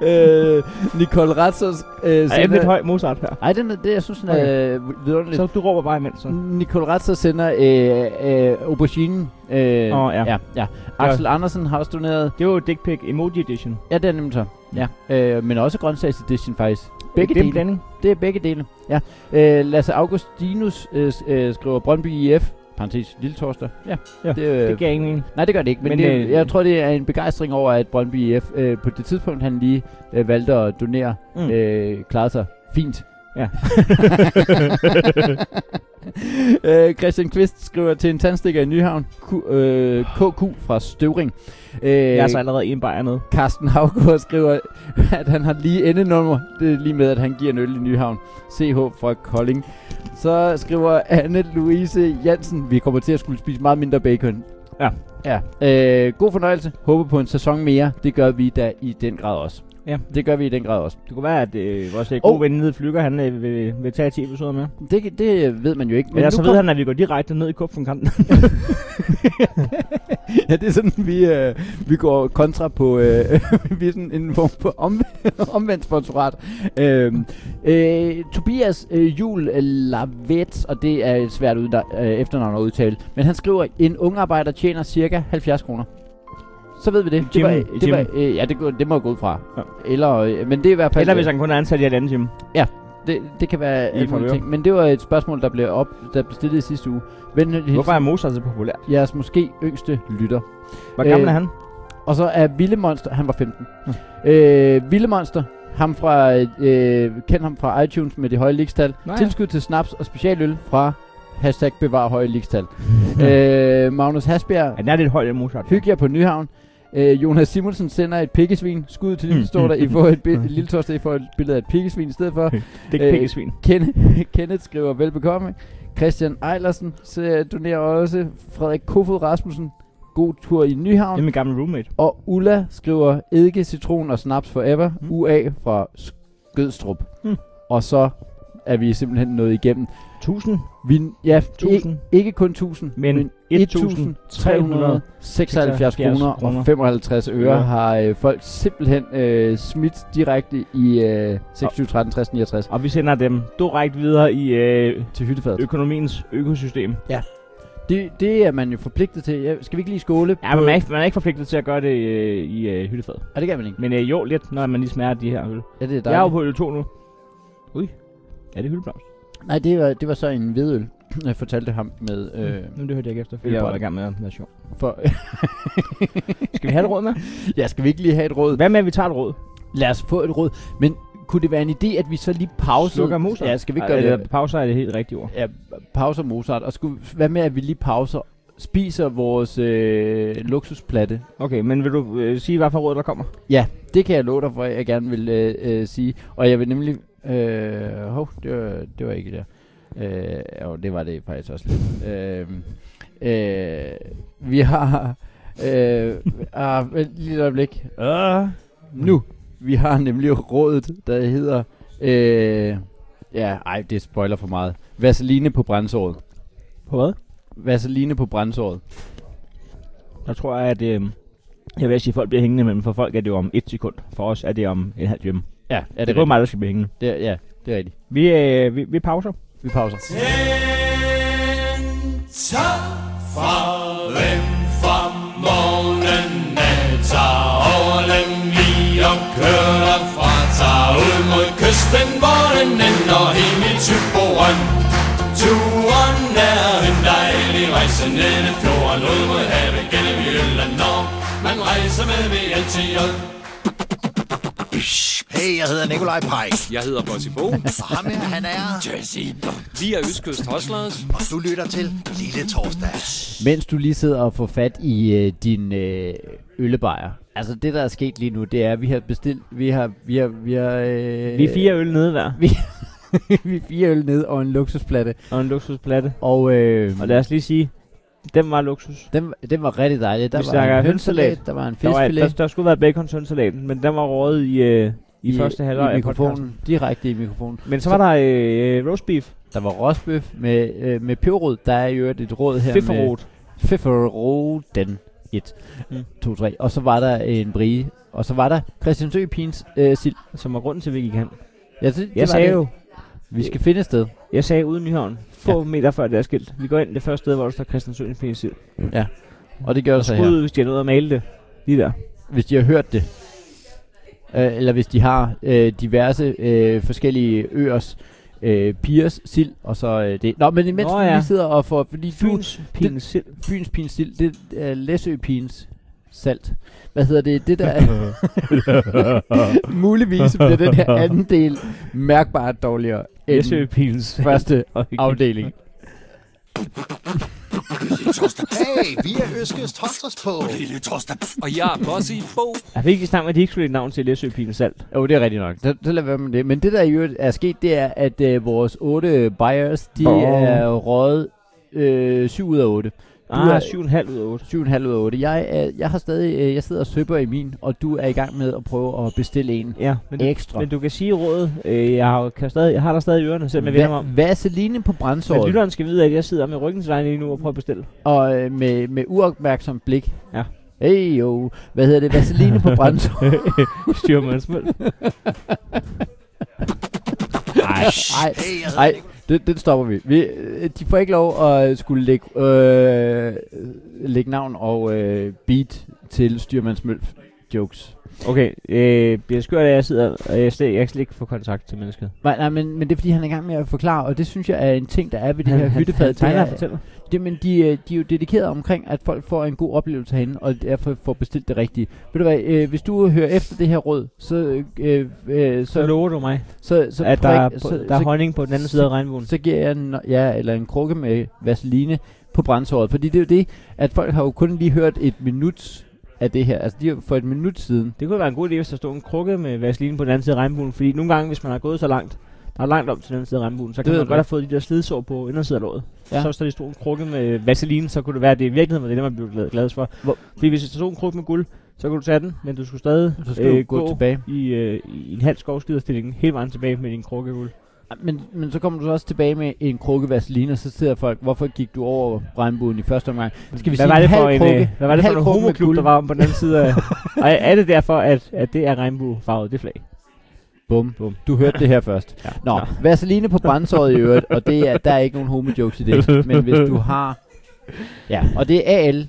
Speaker 5: øh, Nicole Ratzos... Øh,
Speaker 4: Jeg er lidt
Speaker 5: sender...
Speaker 4: høj Mozart her.
Speaker 5: Ej, den er, det, jeg synes, den er okay. vidunderligt.
Speaker 4: Så du råber bare imens. Så.
Speaker 5: Nicole Ratzer sender øh, øh, auberginen. Øh,
Speaker 4: Åh, ja.
Speaker 5: ja, ja. Axel Andersen har også doneret.
Speaker 4: Det var jo Dick Pick Emoji Edition.
Speaker 5: Ja, det er nemlig så. Ja. Øh, men også grøntsags edition faktisk. Begge
Speaker 4: det er en
Speaker 5: dele.
Speaker 4: blanding.
Speaker 5: Det er begge dele, ja. Øh, Lasse Augustinus øh, s- øh, skriver Brøndby IF, parentes Lille Torster. Ja,
Speaker 4: Ja,
Speaker 5: det, øh,
Speaker 4: Det giver ingen mening.
Speaker 5: Nej, det gør det ikke, men, men
Speaker 4: men,
Speaker 5: det,
Speaker 4: øh,
Speaker 5: jeg tror, det er en begejstring over, at Brøndby IF øh, på det tidspunkt, han lige øh, valgte at donere, mm.
Speaker 4: Mm.
Speaker 5: øh, klarede sig fint.
Speaker 4: Ja.
Speaker 5: [laughs] øh, Christian Kvist skriver til en tandstikker i Nyhavn, Q, øh, KQ fra Støvring. Øh,
Speaker 4: Jeg er så allerede en bajer nede.
Speaker 5: Carsten Havgaard skriver, at han har lige endenummer. Det er lige med, at han giver en øl i Nyhavn. CH fra Kolding. Så skriver Anne Louise Jansen, vi kommer til at skulle spise meget mindre bacon.
Speaker 4: Ja.
Speaker 5: ja. Øh, god fornøjelse. Håber på en sæson mere. Det gør vi da i den grad også.
Speaker 4: Ja.
Speaker 5: Det gør vi i den grad også.
Speaker 4: Det kunne være, at øh, vores øh, gode
Speaker 5: Oh.
Speaker 4: oh. ven nede i Flyger, han øh, vil, vil tage 10 episoder med.
Speaker 5: Det, det ved man jo ikke.
Speaker 4: Men ja, så
Speaker 5: nu
Speaker 4: ved
Speaker 5: kom-
Speaker 4: han, at vi går direkte ned i kupfunkanten.
Speaker 5: ja, det er sådan, vi, øh, vi går kontra på, øh, [laughs] vi er sådan en form for om, [laughs] omvendt sponsorat. Øh, øh, Tobias øh, Jul Lavet, og det er et svært ud, øh, efternavn at udtale, men han skriver, en ung arbejder tjener cirka 70 kroner. Så ved vi det. det, var,
Speaker 4: Jim-
Speaker 5: det, var, øh, ja, det, går- det må gå ud fra.
Speaker 4: Ja.
Speaker 5: Eller, øh, men det er i hvert fald...
Speaker 4: Eller hvis han kun er ansat i et andet gym.
Speaker 5: det, det kan være
Speaker 4: I
Speaker 5: alle mulige
Speaker 4: Favør.
Speaker 5: ting. Men det var et spørgsmål, der blev, op, der blev stillet i sidste uge. Vend
Speaker 4: Hvorfor er Mozart så populær?
Speaker 5: jeres måske yngste lytter.
Speaker 4: Hvor
Speaker 5: Øh,
Speaker 4: gammel er han?
Speaker 5: Og så er Ville Monster, han var 15. Øh, Ville Monster,
Speaker 1: ham fra, øh, kend ham fra iTunes med de høje ligestal.
Speaker 4: Nå Ah, ja.
Speaker 1: Tilskud til snaps og specialøl fra hashtag bevar høje
Speaker 4: [laughs]
Speaker 1: ligestal. øh, Magnus Hasbjerg,
Speaker 4: Ja, der er lidt højt af Mozart.
Speaker 1: hyg jer på Nyhavn. Øh, Jonas Simonsen sender et pikkesvin. Skud
Speaker 4: [laughs]
Speaker 1: til lille står der, I får et bi- lille torsdag, I får et billede af et pikkesvin i stedet for.
Speaker 4: Det er
Speaker 1: Øh,
Speaker 4: ikke pikkesvin.
Speaker 1: Ken- [laughs] Kenneth skriver velbekomme. Christian Ejlersen så donerer også. Frederik Kofod Rasmussen, god tur i Nyhavn.
Speaker 4: Det er min gamle roommate.
Speaker 1: Og Ulla skriver eddike, citron og snaps forever. Mm. UA fra Skødstrup.
Speaker 4: Mm.
Speaker 1: Og så er vi simpelthen nået igennem.
Speaker 4: 1000.
Speaker 1: Vi, ja, ikke,
Speaker 4: 1000.
Speaker 1: ikke kun 1000,
Speaker 4: Men
Speaker 1: 1376 kroner og 55 øre
Speaker 4: Ja.
Speaker 1: har øh, folk simpelthen øh, smidt direkte i øh, 26, 13, 60, 69
Speaker 4: Og vi sender dem direkte videre i øh,
Speaker 1: til hyttefadet.
Speaker 4: økonomiens økosystem.
Speaker 1: Det, det er man jo forpligtet til. Ja, skal vi ikke lige skåle?
Speaker 4: Ja, men man er, ikke, man er ikke forpligtet til at gøre det øh, i øh, hyttefadet.
Speaker 1: Og det kan man ikke.
Speaker 4: Men øh, jo, lidt, når man lige smager de her øl.
Speaker 1: Ja, det er
Speaker 4: Jeg er jo
Speaker 1: dejligt.
Speaker 4: på øl 2 nu. Ui. Er det hyldeblomst?
Speaker 1: Nej, det var, det var så en hvidøl, jeg fortalte ham med... Øh,
Speaker 4: Jamen, det hørte jeg ikke efter, for
Speaker 1: jeg
Speaker 4: jeg
Speaker 1: var-
Speaker 4: var i gang med at være sjov.
Speaker 1: for,
Speaker 4: Skal vi have et råd [laughs] med?
Speaker 1: [laughs] ja, skal vi ikke lige have et råd?
Speaker 4: Hvad med, at vi tager et råd?
Speaker 1: Lad os få et råd. Men kunne det være en idé, at vi så lige pausede...
Speaker 4: Slukker Mozart?
Speaker 1: Ja, skal vi ikke gøre
Speaker 4: Eller
Speaker 1: det?
Speaker 4: Pauser er det helt rigtige ord.
Speaker 1: Ja, pauser Mozart. Og skulle, hvad med, at vi lige pauser, spiser vores øh, luksusplatte?
Speaker 4: Okay, men vil du øh, sige, hvad for råd der kommer?
Speaker 1: Ja, det kan jeg love dig for, jeg gerne vil øh, øh, sige. Og jeg vil nemlig... Øh, hov, det var, det var ikke der. Øh, jo, det var det faktisk også lidt. øh, øh, vi har... Øh, ah, vent lige et øjeblik.
Speaker 4: Øh.
Speaker 1: Ah, nu. Vi har nemlig rådet, der hedder... Øh, ja, ej, det er spoiler for meget. Vaseline på brændsåret.
Speaker 4: På hvad?
Speaker 1: Vaseline på brændsåret.
Speaker 4: Der tror jeg, at øh, jeg vil sige, at folk bliver hængende, men for folk er det jo om et sekund. For os er det om en halv time. Ja,
Speaker 1: Ja, er det,
Speaker 4: det er både
Speaker 1: rigtigt?
Speaker 4: mig, der skal blive hængende.
Speaker 1: Det, er- ja, det er rigtigt.
Speaker 4: Vi, øh, vi, vi pauser.
Speaker 1: Vi pauser.
Speaker 8: Hey, jeg hedder Nikolaj Pajk,
Speaker 3: Jeg hedder Bossy Bo,
Speaker 8: og ham her, han er Jesse.
Speaker 3: vi er Østkyst Hoslers.
Speaker 8: Og du lytter til Lille Torsdag.
Speaker 1: Mens du lige sidder og får fat i øh, din øh, øllebajer. Altså det der er sket lige nu, det er at vi har bestilt, vi har vi har vi har øh,
Speaker 4: Vi er fire øl nede hver,
Speaker 1: [laughs] vi er fire øl ned og en luksusplatte.
Speaker 4: og en luksusplatte.
Speaker 1: Og, øh,
Speaker 4: Og lad os lige sige, den var luksus.
Speaker 1: den, den var rigtig dejlig. Der
Speaker 4: Vi
Speaker 1: var
Speaker 4: snakker
Speaker 1: en hønsalat,
Speaker 4: hønsesalat.
Speaker 1: der var en
Speaker 4: Der, var, der,
Speaker 1: fiskfilet
Speaker 4: der skulle være bacon sønsalaten, men den var røget i, øh, i, i første halvleg
Speaker 1: i
Speaker 4: af podcasten.
Speaker 1: mikrofonen, direkte i mikrofonen.
Speaker 4: Men så var der øh, roast beef,
Speaker 1: Der var rosbøf med øh, med peberrod. Der er jo et råd her med
Speaker 4: fifferot.
Speaker 1: Fifferoden 1
Speaker 4: Mm.
Speaker 1: 2 3. Og så var der en brie, og så var der Christian Sø Pins øh, sild.
Speaker 4: som var grunden til, at vi gik hen.
Speaker 1: Ja, det, det var
Speaker 4: Jeg sagde
Speaker 1: det.
Speaker 4: jo,
Speaker 1: vi skal finde et sted.
Speaker 4: jeg sagde ude i Nyhavn, få ja. meter før det er skilt. Vi går ind det første sted, hvor der står Christian Søens penicil.
Speaker 1: Og det gør det så her.
Speaker 4: Skud ud, hvis de er nået at male det. Lige der.
Speaker 1: hvis de har hørt det, øh, eller hvis de har øh, diverse øh, forskellige øers øh, pigers sild, og så øh, det. Nå, men imens
Speaker 4: Nå
Speaker 1: Nå, ja.
Speaker 4: ja.
Speaker 1: vi sidder og får, fordi du,
Speaker 4: Fyns penicil.
Speaker 1: Fyns pins sild, det er Læsø pins salt. Hvad hedder det? Det der er
Speaker 4: [laughs]
Speaker 1: [laughs] muligvis bliver den her anden del mærkbart dårligere end
Speaker 4: Læsø penicil. [laughs]
Speaker 1: første afdeling.
Speaker 8: Hey, vi er Øskes Torsdags på.
Speaker 3: Og jeg er Bossy Bo.
Speaker 4: Jeg fik ikke snakket med, at de ikke skulle lægge navn til Læsø penicil.
Speaker 1: Jo, det er rigtigt nok. Så, så lad være med det. Men det, der i øvrigt er sket, det er, at øh, vores otte buyers, de
Speaker 4: Åh.
Speaker 1: er røget øh, 7 ud af 8. er-
Speaker 4: Ah, 7,5 ud af 8.
Speaker 1: 7,5 ud af 8. Jeg, er, jeg har stadig, øh, jeg sidder og søber i min, og du er i gang med at prøve at bestille en
Speaker 4: Ja, men du,
Speaker 1: ekstra.
Speaker 4: men du kan sige rådet. Øh, jeg, har, jo- kan stadig, jeg har der stadig i ørerne, selvom jeg vender mig om.
Speaker 1: Va- vaseline på
Speaker 4: Men
Speaker 1: brændsåret,
Speaker 4: lytteren skal vide, at jeg sidder med ryggen til dig lige nu og prøver at [laughs] bestille.
Speaker 1: og øh, med, med uopmærksom blik.
Speaker 4: Ja.
Speaker 1: Hey, jo. Hvad hedder det? Vaseline
Speaker 4: [laughs]
Speaker 1: på brændsåret.
Speaker 4: Styrmand Smøl.
Speaker 1: Nej, nej,
Speaker 8: Hey, jeg hedder
Speaker 1: nej. Det, det stopper vi. vi. øh, De får ikke lov at skulle lægge, øh, lægge navn og øh, beat til Styrmands Mølf. jokes.
Speaker 4: Okay, øh, bliver skørt af, at jeg sidder, og jeg, slet, jeg kan slet ikke få kontakt til mennesket.
Speaker 1: Nej, nej men, men det er fordi, han er i gang med at forklare, og det synes jeg er en ting, der er ved det her hyttefad.
Speaker 4: [laughs] han
Speaker 1: det er-
Speaker 4: tegner og fortæller.
Speaker 1: Det, men de, øh, de er jo dedikeret omkring, at folk får en god oplevelse herinde, og derfor får bestilt det rigtige. Ved du hvad, øh, hvis du hører efter det her råd, så, øh, øh,
Speaker 4: Så
Speaker 1: så,
Speaker 4: lover du mig,
Speaker 1: så, så,
Speaker 4: at der, er,
Speaker 1: prik-
Speaker 4: på- der er honning på den anden side af regnbuen.
Speaker 1: så giver jeg en, ja, eller en krukke med vaseline på brændsåret. Fordi det er jo det, at folk har jo kun lige hørt et minut af det her. Altså de har for et minut siden.
Speaker 4: Det kunne være en god idé, hvis der stod en krukke med vaseline på den anden side af regnbuen, fordi nogle gange, hvis man har gået så langt, der er langt om til den anden side af regnbuen, så kan
Speaker 1: ved
Speaker 4: man
Speaker 1: du
Speaker 4: godt have
Speaker 1: ikke.
Speaker 4: fået de der slidsår på indersiden af låret.
Speaker 1: Ja.
Speaker 4: Ja. Så hvis der lige stod en krukke med vaseline, så kunne det være, at det i virkeligheden var det, man blev glad- glad for.
Speaker 1: Hvor-
Speaker 4: Hvor? Fordi hvis der stod en krukke med guld, så kunne du tage den, men du skulle stadig
Speaker 1: Så skal øh, du gå, tilbage.
Speaker 4: i, øh, i en halv skovskiderstilling hele vejen tilbage med din krukke af guld.
Speaker 1: Men, men så kommer du så også tilbage med en krukke vaseline, og så sidder folk, hvorfor gik du over regnbuen i første omgang? Skal vi
Speaker 4: hvad
Speaker 1: sige
Speaker 4: var
Speaker 1: en
Speaker 4: det
Speaker 1: halv
Speaker 4: for en,
Speaker 1: krukke?
Speaker 4: øh, hvad var det
Speaker 1: En
Speaker 4: for
Speaker 1: halv
Speaker 4: en
Speaker 1: krukke med
Speaker 4: homoklub,
Speaker 1: guld?
Speaker 4: der var om på den anden side
Speaker 1: [laughs]
Speaker 4: af... og er- er det derfor, at, at det er regnbuefarvet, det flag?
Speaker 1: Bum.
Speaker 4: Bum.
Speaker 1: Du hørte det her først.
Speaker 4: Ja.
Speaker 1: Nå, vaseline på brændsåret i øvrigt, og det er, der er ikke nogen homojokes i det. Men hvis du har... Ja, og det er AL.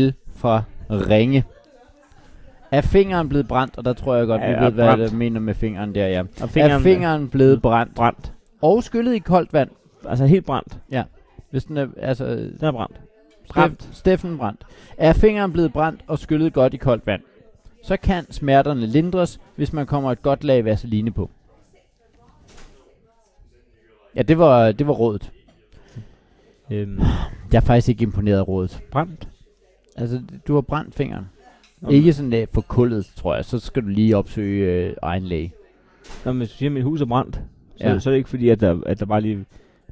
Speaker 1: L fra ringe. Er fingeren blevet brændt? Og der tror jeg godt, vi
Speaker 4: Er
Speaker 1: ved, hvad
Speaker 4: brændt.
Speaker 1: jeg mener med fingeren der, ja.
Speaker 4: Og
Speaker 1: Fingeren er
Speaker 4: fingeren,
Speaker 1: fingeren blevet brændt?
Speaker 4: brændt?
Speaker 1: Og skyllet i koldt vand,
Speaker 4: Altså helt brændt.
Speaker 1: hvis den er... Altså, øh,
Speaker 4: Den er brændt.
Speaker 1: Brændt. Steffen brændt. Er fingeren blevet brændt og skyllet godt i koldt vand, så kan smerterne lindres, hvis man kommer et godt lag vaseline på. Ja, det var, det var rådet.
Speaker 4: Øhm,
Speaker 1: Jeg er faktisk ikke imponeret af rådet.
Speaker 4: brændt.
Speaker 1: Altså, du har brændt fingeren.
Speaker 4: Okay.
Speaker 1: Ikke sådan uh, for kullet, tror jeg. Så skal du lige opsøge øh, egen læge.
Speaker 4: Når man siger, at mit hus er brændt, så,
Speaker 1: Ja.
Speaker 4: ja. så er det ikke fordi, at der, at der bare lige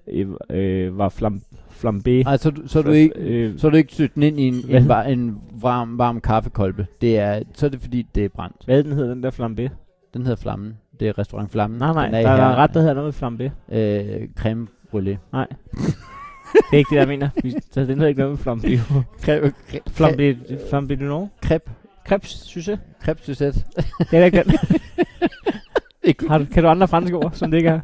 Speaker 4: øh, øh, var flam, flambé.
Speaker 1: Ej, så, du- så, er du ikke,
Speaker 4: Øh,
Speaker 1: så er du ikke søgt den ind i en,
Speaker 4: Hvad?
Speaker 1: en, var, en varm, varm kaffekolbe. Det er, så er det fordi, det er brændt.
Speaker 4: hvad den hedder, den der flambé?
Speaker 1: Den hedder Flammen. Det er restaurant Flammen.
Speaker 4: Nej, nej,
Speaker 1: den er i
Speaker 4: der er
Speaker 1: Herning.
Speaker 4: en ret, der hedder noget med flambé.
Speaker 1: Øh, creme brulee.
Speaker 4: Det er ikke det, jeg mener. Vi, så den hedder ikke noget med [laughs] flambé.
Speaker 1: Creme,
Speaker 4: flambé, flambé du know?
Speaker 1: Kreb.
Speaker 4: Krebs, synes jeg.
Speaker 1: Kreb [laughs] Suzette.
Speaker 4: Det er da [laughs] ikke den. Har, du- kan du andre franske ord, som det ikke er?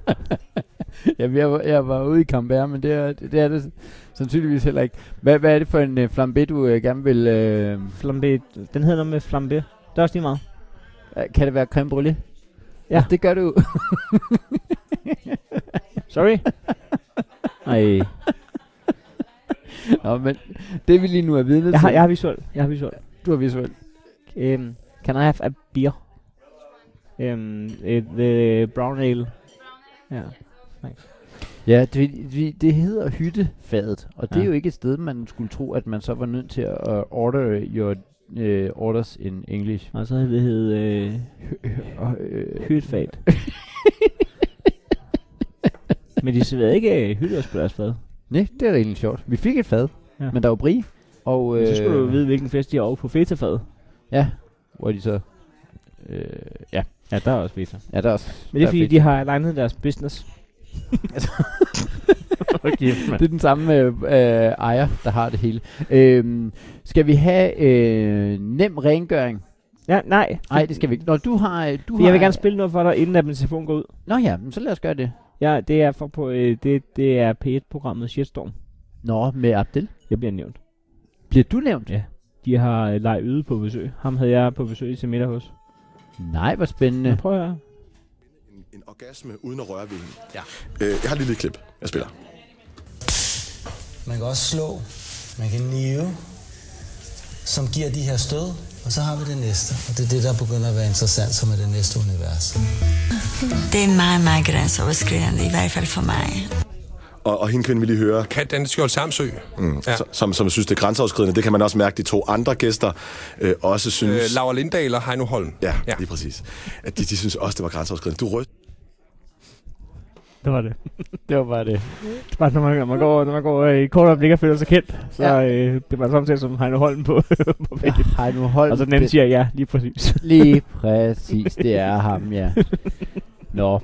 Speaker 1: ja, jeg, var, jeg var ude i Camembert, men det er det, det, er det sandsynligvis heller ikke. Hvad, hvad er det for en uh, flambé, du uh, gerne vil... Uh,
Speaker 4: Flambé, den hedder noget med flambé. Det er også lige meget.
Speaker 1: Øh, kan det være creme brulee?
Speaker 4: Ja.
Speaker 1: Altså, det gør [laughs] du.
Speaker 4: Sorry. Nej.
Speaker 1: Nå, men det vi lige nu er vidne
Speaker 4: Jeg har,
Speaker 1: til,
Speaker 4: jeg har visuelt. Jeg har visuelt.
Speaker 1: du er visuel.
Speaker 4: Um, can I have a beer? Um, uh, the brown ale. Ja.
Speaker 1: Ja, det, vi, det hedder hyttefadet, og det ja.
Speaker 4: Ja.
Speaker 1: er jo ikke et sted, man skulle tro, at man så var nødt til at uh, order your uh, orders in English.
Speaker 4: Og så havde det hed øh,
Speaker 1: Og, øh,
Speaker 4: [laughs] hytfat. Men de serverede ikke øh, hytter på deres fad.
Speaker 1: nej, det er da egentlig sjovt. Vi fik et fad, ja.
Speaker 4: Ja.
Speaker 1: men der var brie, og...
Speaker 4: Øh. Så skulle du
Speaker 1: øh,
Speaker 4: vide, hvilken fest de har over på fetafadet.
Speaker 1: Ja, hvor de så... Øh, ja.
Speaker 4: Ja, der er også feta.
Speaker 1: ja, der er også...
Speaker 4: Men det
Speaker 1: der
Speaker 4: er fordi,
Speaker 1: fedt.
Speaker 4: de har alignet deres business.
Speaker 1: Det er den samme øh, øh, ejer, der har det hele. Øhm, skal vi have øh, nem rengøring?
Speaker 4: Ja, nej.
Speaker 1: Nej, det skal vi ikke. Nå, du har... øh, Du
Speaker 4: For
Speaker 1: har
Speaker 4: jeg vil gerne spille noget for dig, inden at min telefon går ud.
Speaker 1: Nå ja, men så lad os gøre det.
Speaker 4: Ja, det er, for på, øh, det, det er P1-programmet Shitstorm.
Speaker 1: Nå, med Abdel.
Speaker 4: Jeg bliver nævnt.
Speaker 1: Bliver du nævnt?
Speaker 4: Ja. De har øh, Leif Yde på besøg. Ham havde jeg på besøg til middag hos.
Speaker 1: Nej, hvor spændende.
Speaker 4: Men prøv at høre.
Speaker 9: En, en orgasme uden at røre ved hende. Ja. Øh, jeg har et lille klip, jeg spiller.
Speaker 10: Man kan også slå, man kan nive, som giver de her stød. Og så har vi det næste, og det er det, der begynder at være interessant, som er det næste univers.
Speaker 11: Det er meget, meget grænseoverskridende, i hvert fald for mig.
Speaker 9: Og, og hende kvinde, vi lige hører,
Speaker 3: Kan Danne Skjold Samsø? Mm. Ja.
Speaker 9: ja. som, som synes, det er grænseoverskridende, det kan man også mærke, de to andre gæster øh, også synes.
Speaker 3: Øh, Laura Lindahl og Heino Holm.
Speaker 9: ja,
Speaker 3: ja.
Speaker 9: ja, lige præcis. At de, de synes også, det var grænseoverskridende. Du ryster.
Speaker 4: Det var det.
Speaker 1: [laughs] Det var bare det.
Speaker 4: Bare når man, når man går, når man går øh, i kort øjeblik og føler sig kendt, så
Speaker 1: Ja.
Speaker 4: ja. øh, bliver man samtidig som Heino Holm på, [laughs] på
Speaker 1: Ja,
Speaker 4: ja.
Speaker 1: hej nu, hold
Speaker 4: Og så den anden siger ja, lige præcis.
Speaker 1: Lige præcis, det er ham, ja. Nå.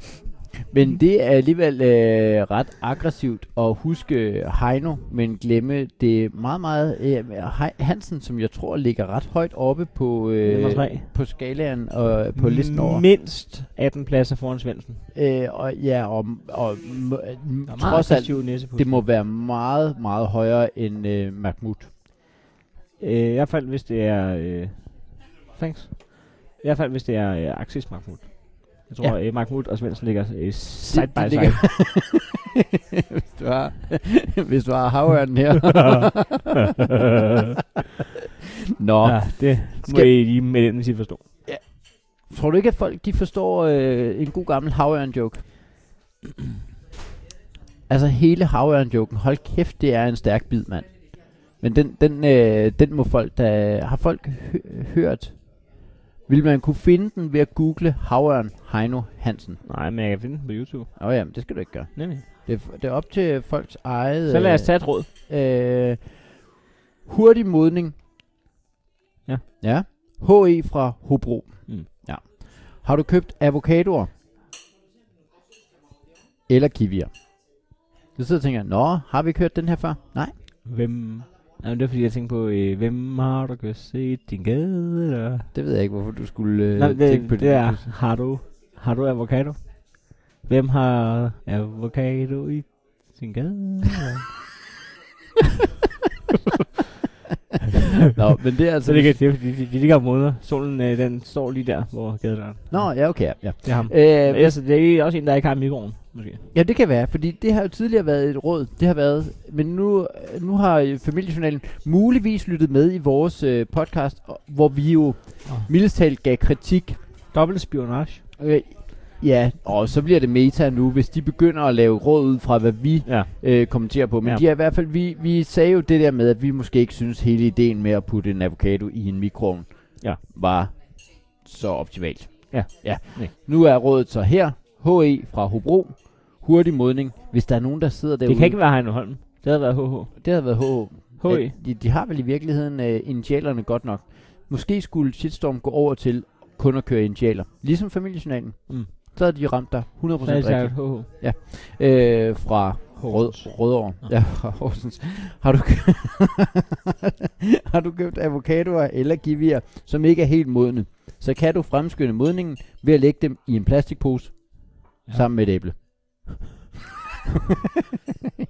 Speaker 1: Men det er alligevel øh, ret aggressivt at huske Heino, men glemme det meget, meget... Øh, Hei- Hansen, som jeg tror ligger ret højt oppe på,
Speaker 4: Nummer
Speaker 1: øh,
Speaker 4: tre.
Speaker 1: på skalaen og på listen over.
Speaker 4: Mindst 18 pladser foran Svendsen.
Speaker 1: Øh, og, ja, og, og m- m- trods alt,
Speaker 4: alt,
Speaker 1: det må være meget, meget højere end øh, Mahmoud. [laughs]
Speaker 4: Øh, I hvert fald, hvis det er... Øh, thanks. I hvert fald, hvis det er øh, Axis Mahmoud. Jeg tror, ja. øh, Mahmoud og Svendsen ligger øh, side
Speaker 1: Det-
Speaker 4: by
Speaker 1: det
Speaker 4: side.
Speaker 1: ligger-
Speaker 4: [laughs]
Speaker 1: hvis du har, hvis du har [laughs] havørnen
Speaker 4: [laughs]
Speaker 1: her. Nå.
Speaker 4: Ja, det må
Speaker 1: Skal-
Speaker 4: I lige med den sige forstå.
Speaker 1: Ja. Tror du ikke, at folk de forstår øh, en god gammel havørn-joke? [clears throat] altså hele havørn-joken. Hold kæft, det er en stærk bid, mand. Men den, den, øh, den må folk, der har folk hø- hørt. Vil man kunne finde den ved at google havørn Heino Hansen?
Speaker 4: Nej, men jeg kan finde den på YouTube.
Speaker 1: Åh oh, jamen, det skal du ikke gøre.
Speaker 4: Nej, nej.
Speaker 1: Det, er f- det er op til folks eget...
Speaker 4: Så lad os
Speaker 1: øh,
Speaker 4: tage et råd.
Speaker 1: Øh, hurtig modning.
Speaker 4: Ja.
Speaker 1: Ja. HE fra Hobro.
Speaker 4: Mm.
Speaker 1: Ja. Har du købt avocadoer? Eller kiwier? Så sidder jeg og tænker, nå, har vi kørt den her før? Nej.
Speaker 4: Hvem... Nej, men det er fordi, jeg tænkte på, øh, hvem har du kan se din gade? Eller?
Speaker 1: Det ved jeg ikke, hvorfor du skulle øh,
Speaker 4: Nej,
Speaker 1: tænke
Speaker 4: det,
Speaker 1: på
Speaker 4: det er, har du, har du avocado? Hvem har avocado i sin gade?
Speaker 1: [laughs] Nå, men det er altså-
Speaker 4: [laughs] Så det, kan, det er, fordi de, de ligger og modner. Solen, øh, den står lige der, hvor gadedøren.
Speaker 1: Nå, ja, okay. Ja. ja.
Speaker 4: Det er ham.
Speaker 1: Øh,
Speaker 4: Øh, ellers, er det er også en, der ikke har mikroen, måske.
Speaker 1: Ja, det kan være, fordi det har jo tidligere været et råd. Det har været, men nu, nu har øh, familiejournalen muligvis lyttet med i vores øh, podcast, og- hvor vi jo mildest talt gav kritik.
Speaker 4: Dobbelt spionage.
Speaker 1: Øh, ja, og så bliver det meta nu, hvis de begynder at lave råd ud fra, hvad vi
Speaker 4: ja.
Speaker 1: øh, kommenterer på. Men
Speaker 4: Ja.
Speaker 1: ja. de er i hvert fald, vi, vi sagde jo det der med, at vi måske ikke synes hele ideen med at putte en avocado i en mikroovn
Speaker 4: Ja.
Speaker 1: var så optimalt.
Speaker 4: Ja.
Speaker 1: ja.
Speaker 4: Nej.
Speaker 1: Nu er rådet så her. HE fra Hobro. Hurtig modning. Hvis der er nogen, der sidder derude...
Speaker 4: Det kan ikke være Heino Holm. Det havde været HH.
Speaker 1: Det havde været HH.
Speaker 4: HE.
Speaker 1: Ja, De, de har vel i virkeligheden øh, initialerne godt nok. Måske skulle Shitstorm gå over til kun at køre initialer. Ligesom familiejournalen.
Speaker 4: Mm.
Speaker 1: Så havde de ramt dig 100%
Speaker 4: Så havde
Speaker 1: rigtigt.
Speaker 4: de sagt HH.
Speaker 1: Ja. Øh, fra Rød, Rødovre. Ja, fra Horsens. Har du, kø- [laughs] har du købt avocadoer eller kiwier, som ikke er helt modne, så kan du fremskynde modningen ved at lægge dem i en plastikpose ja. sammen med et æble. [laughs]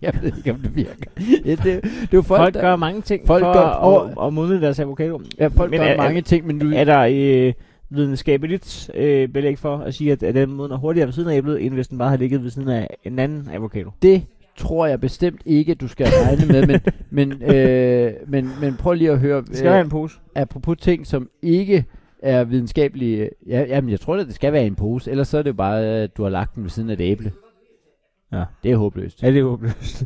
Speaker 1: Jeg ved ikke, om det virker. Ja, det, det er jo folk,
Speaker 4: Folk, folk
Speaker 1: der-
Speaker 4: gør mange ting
Speaker 1: folk
Speaker 4: folk for
Speaker 1: gør-
Speaker 4: gør, at, at, at modne deres avocado.
Speaker 1: Ja, folk gør mange ting, men nu-
Speaker 4: Er der øh, videnskabeligt øh, belæg for at sige, at, at den modner hurtigere ved siden af æblet, end hvis den bare havde ligget ved siden af en anden avocado?
Speaker 1: Det tror jeg bestemt ikke, du skal regne med, men, men, øh, men, men prøv lige at høre. øh,
Speaker 4: Det [laughs] skal være en pose.
Speaker 1: Apropos ting, som ikke er videnskabelige. Ja, jamen, jeg tror da, det skal være en pose, ellers så er det jo bare, at du har lagt den ved siden af et æble.
Speaker 4: Ja.
Speaker 1: Det er håbløst.
Speaker 4: Ja, det er håbløst.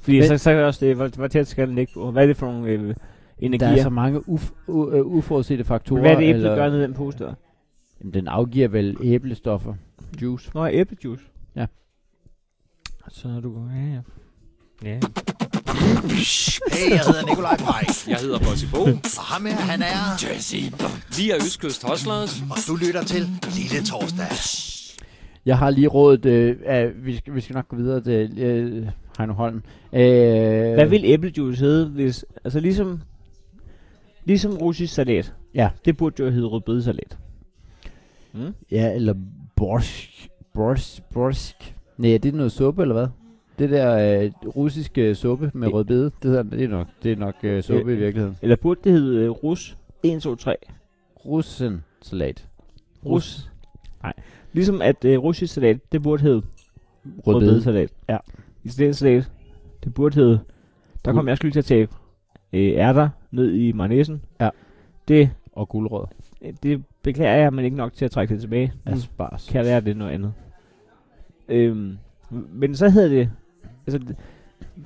Speaker 4: Fordi
Speaker 1: Men-
Speaker 4: så, så er det også det, hvor, hvor tæt skal den ligge på? Hvad er det for nogle øh, energier?
Speaker 1: Der er så mange uf- u- øh, uforudsete faktorer.
Speaker 4: Hvad er det, æblet gør ned i den pose der?
Speaker 1: Jamen, den afgiver vel æblestoffer. Juice.
Speaker 4: Nå, æblejuice.
Speaker 1: Ja.
Speaker 4: Så er du... Ja, ja. Ja.
Speaker 8: Hey, jeg hedder Nikolaj Pej.
Speaker 3: Jeg hedder Bossy Bo.
Speaker 8: Og ham her, han er...
Speaker 3: Jesse. Vi er Østkyst Hoslers.
Speaker 8: Og du lytter til Lille Torsdag.
Speaker 1: Jeg har lige rådet, øh, at vi, skal, vi skal nok gå videre til øh, Heino Holm. Øh,
Speaker 4: Hvad vil æblejuice hedde, hvis... Altså ligesom... Ligesom russisk salat.
Speaker 1: Ja.
Speaker 4: Det burde jo hedde rødbedesalat.
Speaker 1: Mm? Ja, eller borsk. Borsk. Borsk. Nej, er det noget suppe, eller hvad? Det der øh, russiske suppe med rødbede, det, hedder, det er nok, det er nok øh, suppe i
Speaker 4: Øh,
Speaker 1: virkeligheden.
Speaker 4: Eller burde det hedde øh, rus 1, 2, 3?
Speaker 1: Russen salat.
Speaker 4: Rus. Nej. Ligesom at øh, russisk salat, det burde hedde
Speaker 1: Rødbede.
Speaker 4: rødbedesalat. Ja. Italiensk salat, det burde hedde... Der kom
Speaker 1: Gul-
Speaker 4: jeg skulle til at tabe øh, ærter ned i marnæsen.
Speaker 1: Ja.
Speaker 4: Det...
Speaker 1: Og gulerødder.
Speaker 4: Det beklager jeg, men ikke nok til at trække det tilbage. Nu
Speaker 1: Asparges.
Speaker 4: Kan være det er noget andet. Øhm, men så hedder det... Altså,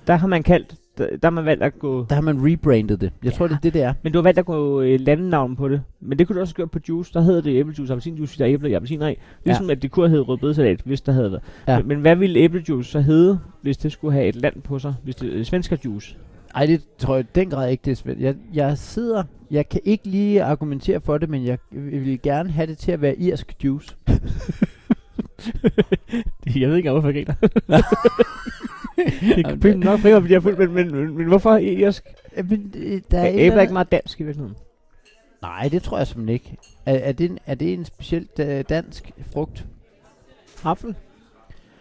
Speaker 4: der har man kaldt... Der, der har man valgt at gå...
Speaker 1: Der har man rebrandet det. Jeg ja. tror, det er det, det er.
Speaker 4: Men du har valgt at gå øh, landenavn på det. Men det kunne du også gøre på juice. Der hedder det æblejuice, appelsinjuice, der er æbler i appelsiner i. Ligesom ja. at det kunne have heddet rødbedesalat, hvis der havde været.
Speaker 1: Ja.
Speaker 4: Men, men, hvad ville æblejuice så hedde, hvis det skulle have et land på sig? Hvis [laughs] det øh, svenskerjuice?
Speaker 1: Ej, det tror jeg i den grad ikke, det er svært. Jeg, jeg sidder... Jeg kan ikke lige argumentere for det, men jeg vil gerne have det til at være irsk [laughs] juice.
Speaker 4: jeg ved ikke, hvorfor jeg
Speaker 1: [laughs]
Speaker 4: griner. det er nok primært, fordi jeg er fuld, men, men, men, men hvorfor irsk?
Speaker 1: Men, øh, der er et
Speaker 4: er
Speaker 1: eller
Speaker 4: æbler ikke
Speaker 1: andet-
Speaker 4: meget dansk i virkeligheden?
Speaker 1: Nej, det tror jeg simpelthen ikke. Er, er, det, en, er det en specielt øh, dansk frugt?
Speaker 4: Apfel?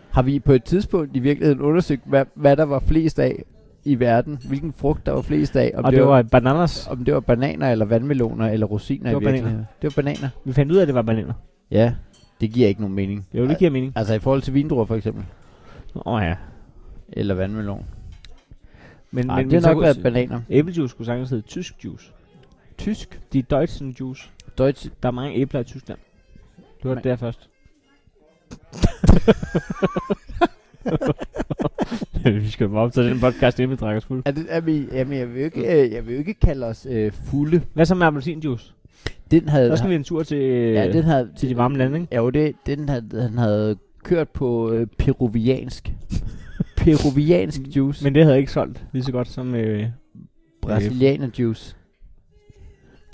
Speaker 1: Har vi på et tidspunkt i virkeligheden undersøgt, hvad, hvad der var flest af i verden, hvilken frugt der var flest af.
Speaker 4: Og det var bananas.
Speaker 1: Om det var bananer, eller vandmeloner, eller rosiner
Speaker 4: Det var
Speaker 1: i virkeligheden.
Speaker 4: bananer.
Speaker 1: Det var bananer.
Speaker 4: Vi fandt ud af, at det var bananer.
Speaker 1: Ja, det giver ikke nogen mening.
Speaker 4: Jo, det giver mening.
Speaker 1: Altså i forhold til vindruer for eksempel.
Speaker 4: Åh oh, ja.
Speaker 1: Eller vandmelon.
Speaker 4: Men,
Speaker 1: Ej,
Speaker 4: men
Speaker 1: det
Speaker 4: men
Speaker 1: har
Speaker 4: så
Speaker 1: nok
Speaker 4: kunne-
Speaker 1: været bananer.
Speaker 4: Æblejuice skulle sagtens hedde tysk juice.
Speaker 1: Tysk?
Speaker 4: De er Deutschen juice.
Speaker 1: Deutsch.
Speaker 4: Der er mange æbler i Tyskland. Du hørte det her først. [laughs] vi skal bare optage den podcast, inden vi drikker os fuld.
Speaker 1: Er det, er vi, jamen, jeg vil jo ikke, øh, jeg vil jo ikke kalde os øh, fulde.
Speaker 4: Hvad så med appelsinjuice?
Speaker 1: Den havde...
Speaker 4: Så skal vi en tur til,
Speaker 1: ja, den havde,
Speaker 4: Øh, til de varme lande, ikke?
Speaker 1: Jo, det, den havde, den havde kørt på øh, peruviansk. peruviansk juice.
Speaker 4: [laughs] Men det havde ikke solgt lige så godt som... Øh,
Speaker 1: Brasilianer juice.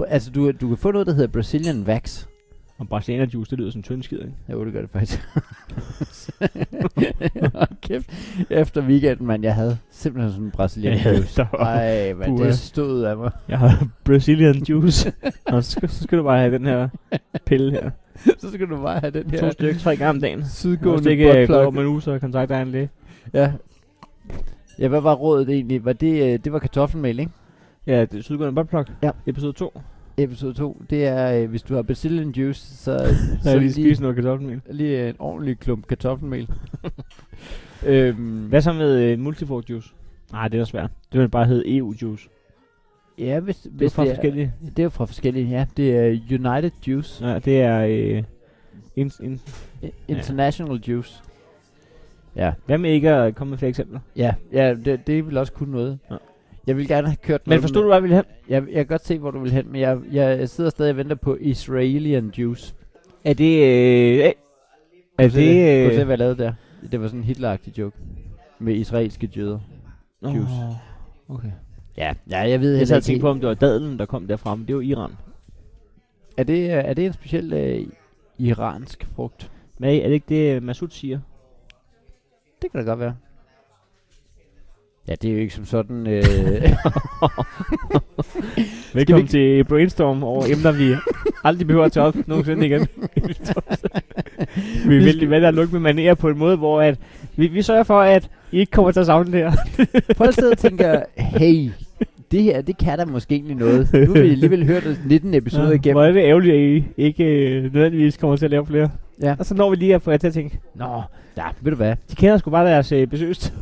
Speaker 1: Br- altså, du, du kan få noget, der hedder Brazilian Wax.
Speaker 4: Og brasilianer juice, det lyder som tyndskid, ikke?
Speaker 1: Jo, det gør det faktisk. [laughs] Hold kæft. Efter weekenden, mand, jeg havde simpelthen sådan en brasilian
Speaker 4: Jeg havde- [laughs]
Speaker 1: juice.
Speaker 4: der var-
Speaker 1: Ej, mand,
Speaker 4: Puha.
Speaker 1: det stod af mig. [laughs]
Speaker 4: Jeg har Brazilian [laughs] juice. og så skal, så skal du bare have den her pille her.
Speaker 1: Så skal du bare have den her...
Speaker 4: To stykker, tre gange om dagen.
Speaker 1: Sydgående
Speaker 4: Hvis det ikke øh,
Speaker 1: buttplug.
Speaker 4: går om en uge, så kontakter jeg en læge.
Speaker 1: Ja. Ja, hvad var rådet egentlig? Var det, øh, det var kartoffelmel, ikke?
Speaker 4: Ja, det er Sydgående Buttplug.
Speaker 1: Ja.
Speaker 4: Episode 2.
Speaker 1: Episode 2, det er, øh, hvis du har Brazilian juice,
Speaker 4: [laughs]
Speaker 1: så...
Speaker 4: Så jeg lige spise noget kartoffelmel.
Speaker 1: Lige en ordentlig klump
Speaker 4: [laughs]
Speaker 1: kartoffelmel. øhm,
Speaker 4: Hvad så med øh, multifrugt juice? Nej, det er da svært. Det vil bare hedde EU juice.
Speaker 1: ja, hvis,
Speaker 4: er
Speaker 1: hvis
Speaker 4: fra forskellige.
Speaker 1: Det er jo fra forskellige, ja. Det er United Juice.
Speaker 4: Nej, det er øh, in, in,
Speaker 1: International Juice. Ja.
Speaker 4: Hvad med ikke at komme med flere eksempler?
Speaker 1: Ja, ja det, det vil også kunne noget.
Speaker 4: Ja.
Speaker 1: Jeg vil gerne have kørt
Speaker 4: Men forstod du,
Speaker 1: hvad
Speaker 4: jeg ville hen?
Speaker 1: Jeg, jeg kan godt se, hvor du vil hen, men jeg, jeg sidder stadig og venter på Israelian Juice.
Speaker 4: Er det... Øh, er
Speaker 1: Kunne du se det, Kunne du
Speaker 4: det...
Speaker 1: se,
Speaker 4: Øh,
Speaker 1: hvad jeg lavede der? Det var sådan en Hitler-agtig joke. Med israelske jøder.
Speaker 4: Nå,
Speaker 1: Juice.
Speaker 4: okay.
Speaker 1: Ja, ja, jeg ved
Speaker 4: Jeg
Speaker 1: heller
Speaker 4: sad og
Speaker 1: ikke.
Speaker 4: tænkte på, om det var dadlen, der kom derfra, men det var Iran.
Speaker 1: Er det, øh, er det en speciel øh, iransk frugt?
Speaker 4: Men er det ikke det, øh, Masud siger?
Speaker 1: Det kan da godt være. Ja, det er jo ikke som sådan...
Speaker 4: [laughs]
Speaker 1: Øh,
Speaker 4: Velkommen ikke... til Brainstorm over emner, vi [laughs] aldrig behøver at tage op nogensinde [laughs] igen. vi vil være der lukke med manerer på en måde, hvor at vi, vi sørger for, at I ikke kommer til at savne det her.
Speaker 1: Folk sidder og tænker, hey, det her, det kan der måske egentlig noget. Nu har vi alligevel hørt 19 episoder
Speaker 4: Ja,
Speaker 1: igennem.
Speaker 4: Hvor er det ærgerligt, at I ikke øh, nødvendigvis kommer til at lave flere.
Speaker 1: Ja.
Speaker 4: Og så når vi lige at få jer til at tænke, Nå,
Speaker 1: Ja, ved du hvad?
Speaker 4: de kender sgu bare deres øh, besøgst.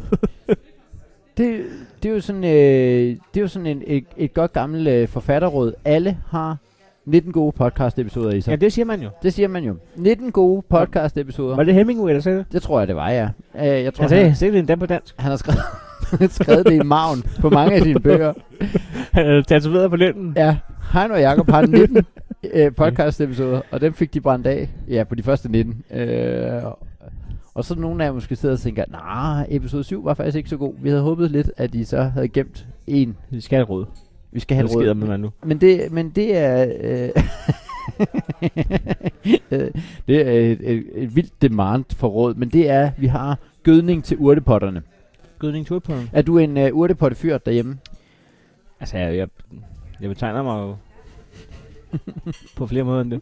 Speaker 1: Det, det er jo sådan, øh, det er jo sådan en, et, et godt gammelt øh, forfatterråd. Alle har 19 gode podcast-episoder i sig.
Speaker 4: ja, det siger man jo.
Speaker 1: Det siger man jo. 19 gode podcast-episoder.
Speaker 4: Var det Hemingway, der sagde det?
Speaker 1: Det tror jeg, det var, ja. Øh, jeg tror,
Speaker 4: Han sagde, sagde det endda på [laughs] dansk.
Speaker 1: han har skrevet, [laughs] skrevet det i maven på mange af sine bøger.
Speaker 4: Han er Øh, tatoveret på lænden.
Speaker 1: Ja, Heino og Jacob har 19 øh, podcast-episoder, og dem fik de brændt af. Ja, på de første 19. Øh, og så er der nogen af jer måske sidder og tænker, nej, episode 7 var faktisk ikke så god. Vi havde håbet lidt, at I så havde gemt en.
Speaker 4: Vi skal have råd.
Speaker 1: Vi skal have et råd.
Speaker 4: med mig nu.
Speaker 1: Men det, men det er... Øh, [laughs] øh, det er et, et, et vildt demand for råd, men det er, vi har gødning til urtepotterne.
Speaker 4: Gødning tur på ham.
Speaker 1: Er du en øh, urtepottefyr derhjemme?
Speaker 4: Altså, jeg, jeg, jeg betegner mig [laughs] jo på flere måder end det.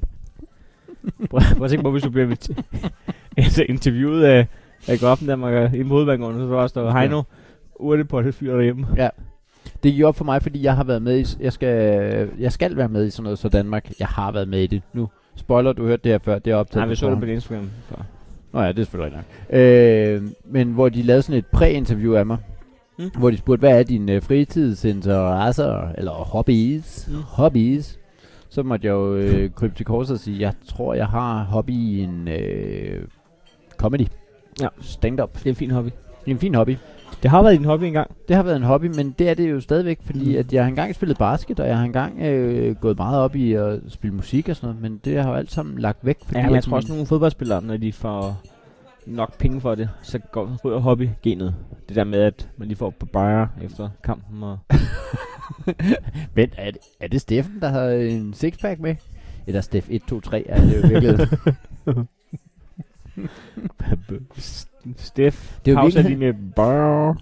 Speaker 4: Prøv, prøv at tænke på, hvis du bliver invit- [laughs] altså, interviewet af, af Goffen, der man i hovedbanegården, så også der Heino, urte på det fyr derhjemme.
Speaker 1: Det gik op for mig, fordi jeg har været med i, jeg skal, jeg skal være med i sådan noget, så Danmark, jeg har været med i det nu. Spoiler, du hørte det her før, det er optaget.
Speaker 4: Nej, vi
Speaker 1: på
Speaker 4: så det
Speaker 1: forhånd.
Speaker 4: på din Instagram før.
Speaker 1: Nå ja, det er selvfølgelig rigtigt nok. Øh, men hvor de lavede sådan et præ-interview af mig,
Speaker 4: Mm.
Speaker 1: mm. hvor de spurgte, hvad er dine øh, fritidsinteresser, eller hobbies,
Speaker 4: Mm.
Speaker 1: mm. hobbies. Så måtte jeg jo øh, krybe til korset og sige, jeg tror, jeg har hobbyen øh, comedy.
Speaker 4: Ja.
Speaker 1: Stand-up.
Speaker 4: Det er en fin hobby.
Speaker 1: Det er en fin hobby.
Speaker 4: Det har været din hobby engang.
Speaker 1: Det har været en hobby, men det er det jo stadigvæk, fordi
Speaker 4: Mm.
Speaker 1: mm. at jeg har engang spillet basket, og jeg har engang øh, gået meget op i at spille musik og sådan noget, men det har jo alt sammen lagt væk. Fordi
Speaker 4: Ja, men jeg
Speaker 1: at
Speaker 4: tror
Speaker 1: min-
Speaker 4: også, nogle fodboldspillere, når de får nok penge for det, så går ryger hobby-genet. Det der med, at man lige får på bajer efter kampen. Og
Speaker 1: Vent, er det, er det Steffen, der har en sixpack med? Eller Steff 1, 2, 3, er det jo virkelig.
Speaker 4: [laughs] Steff,
Speaker 1: Det er jo
Speaker 4: pauser lige
Speaker 1: virkelig-
Speaker 4: med bajer.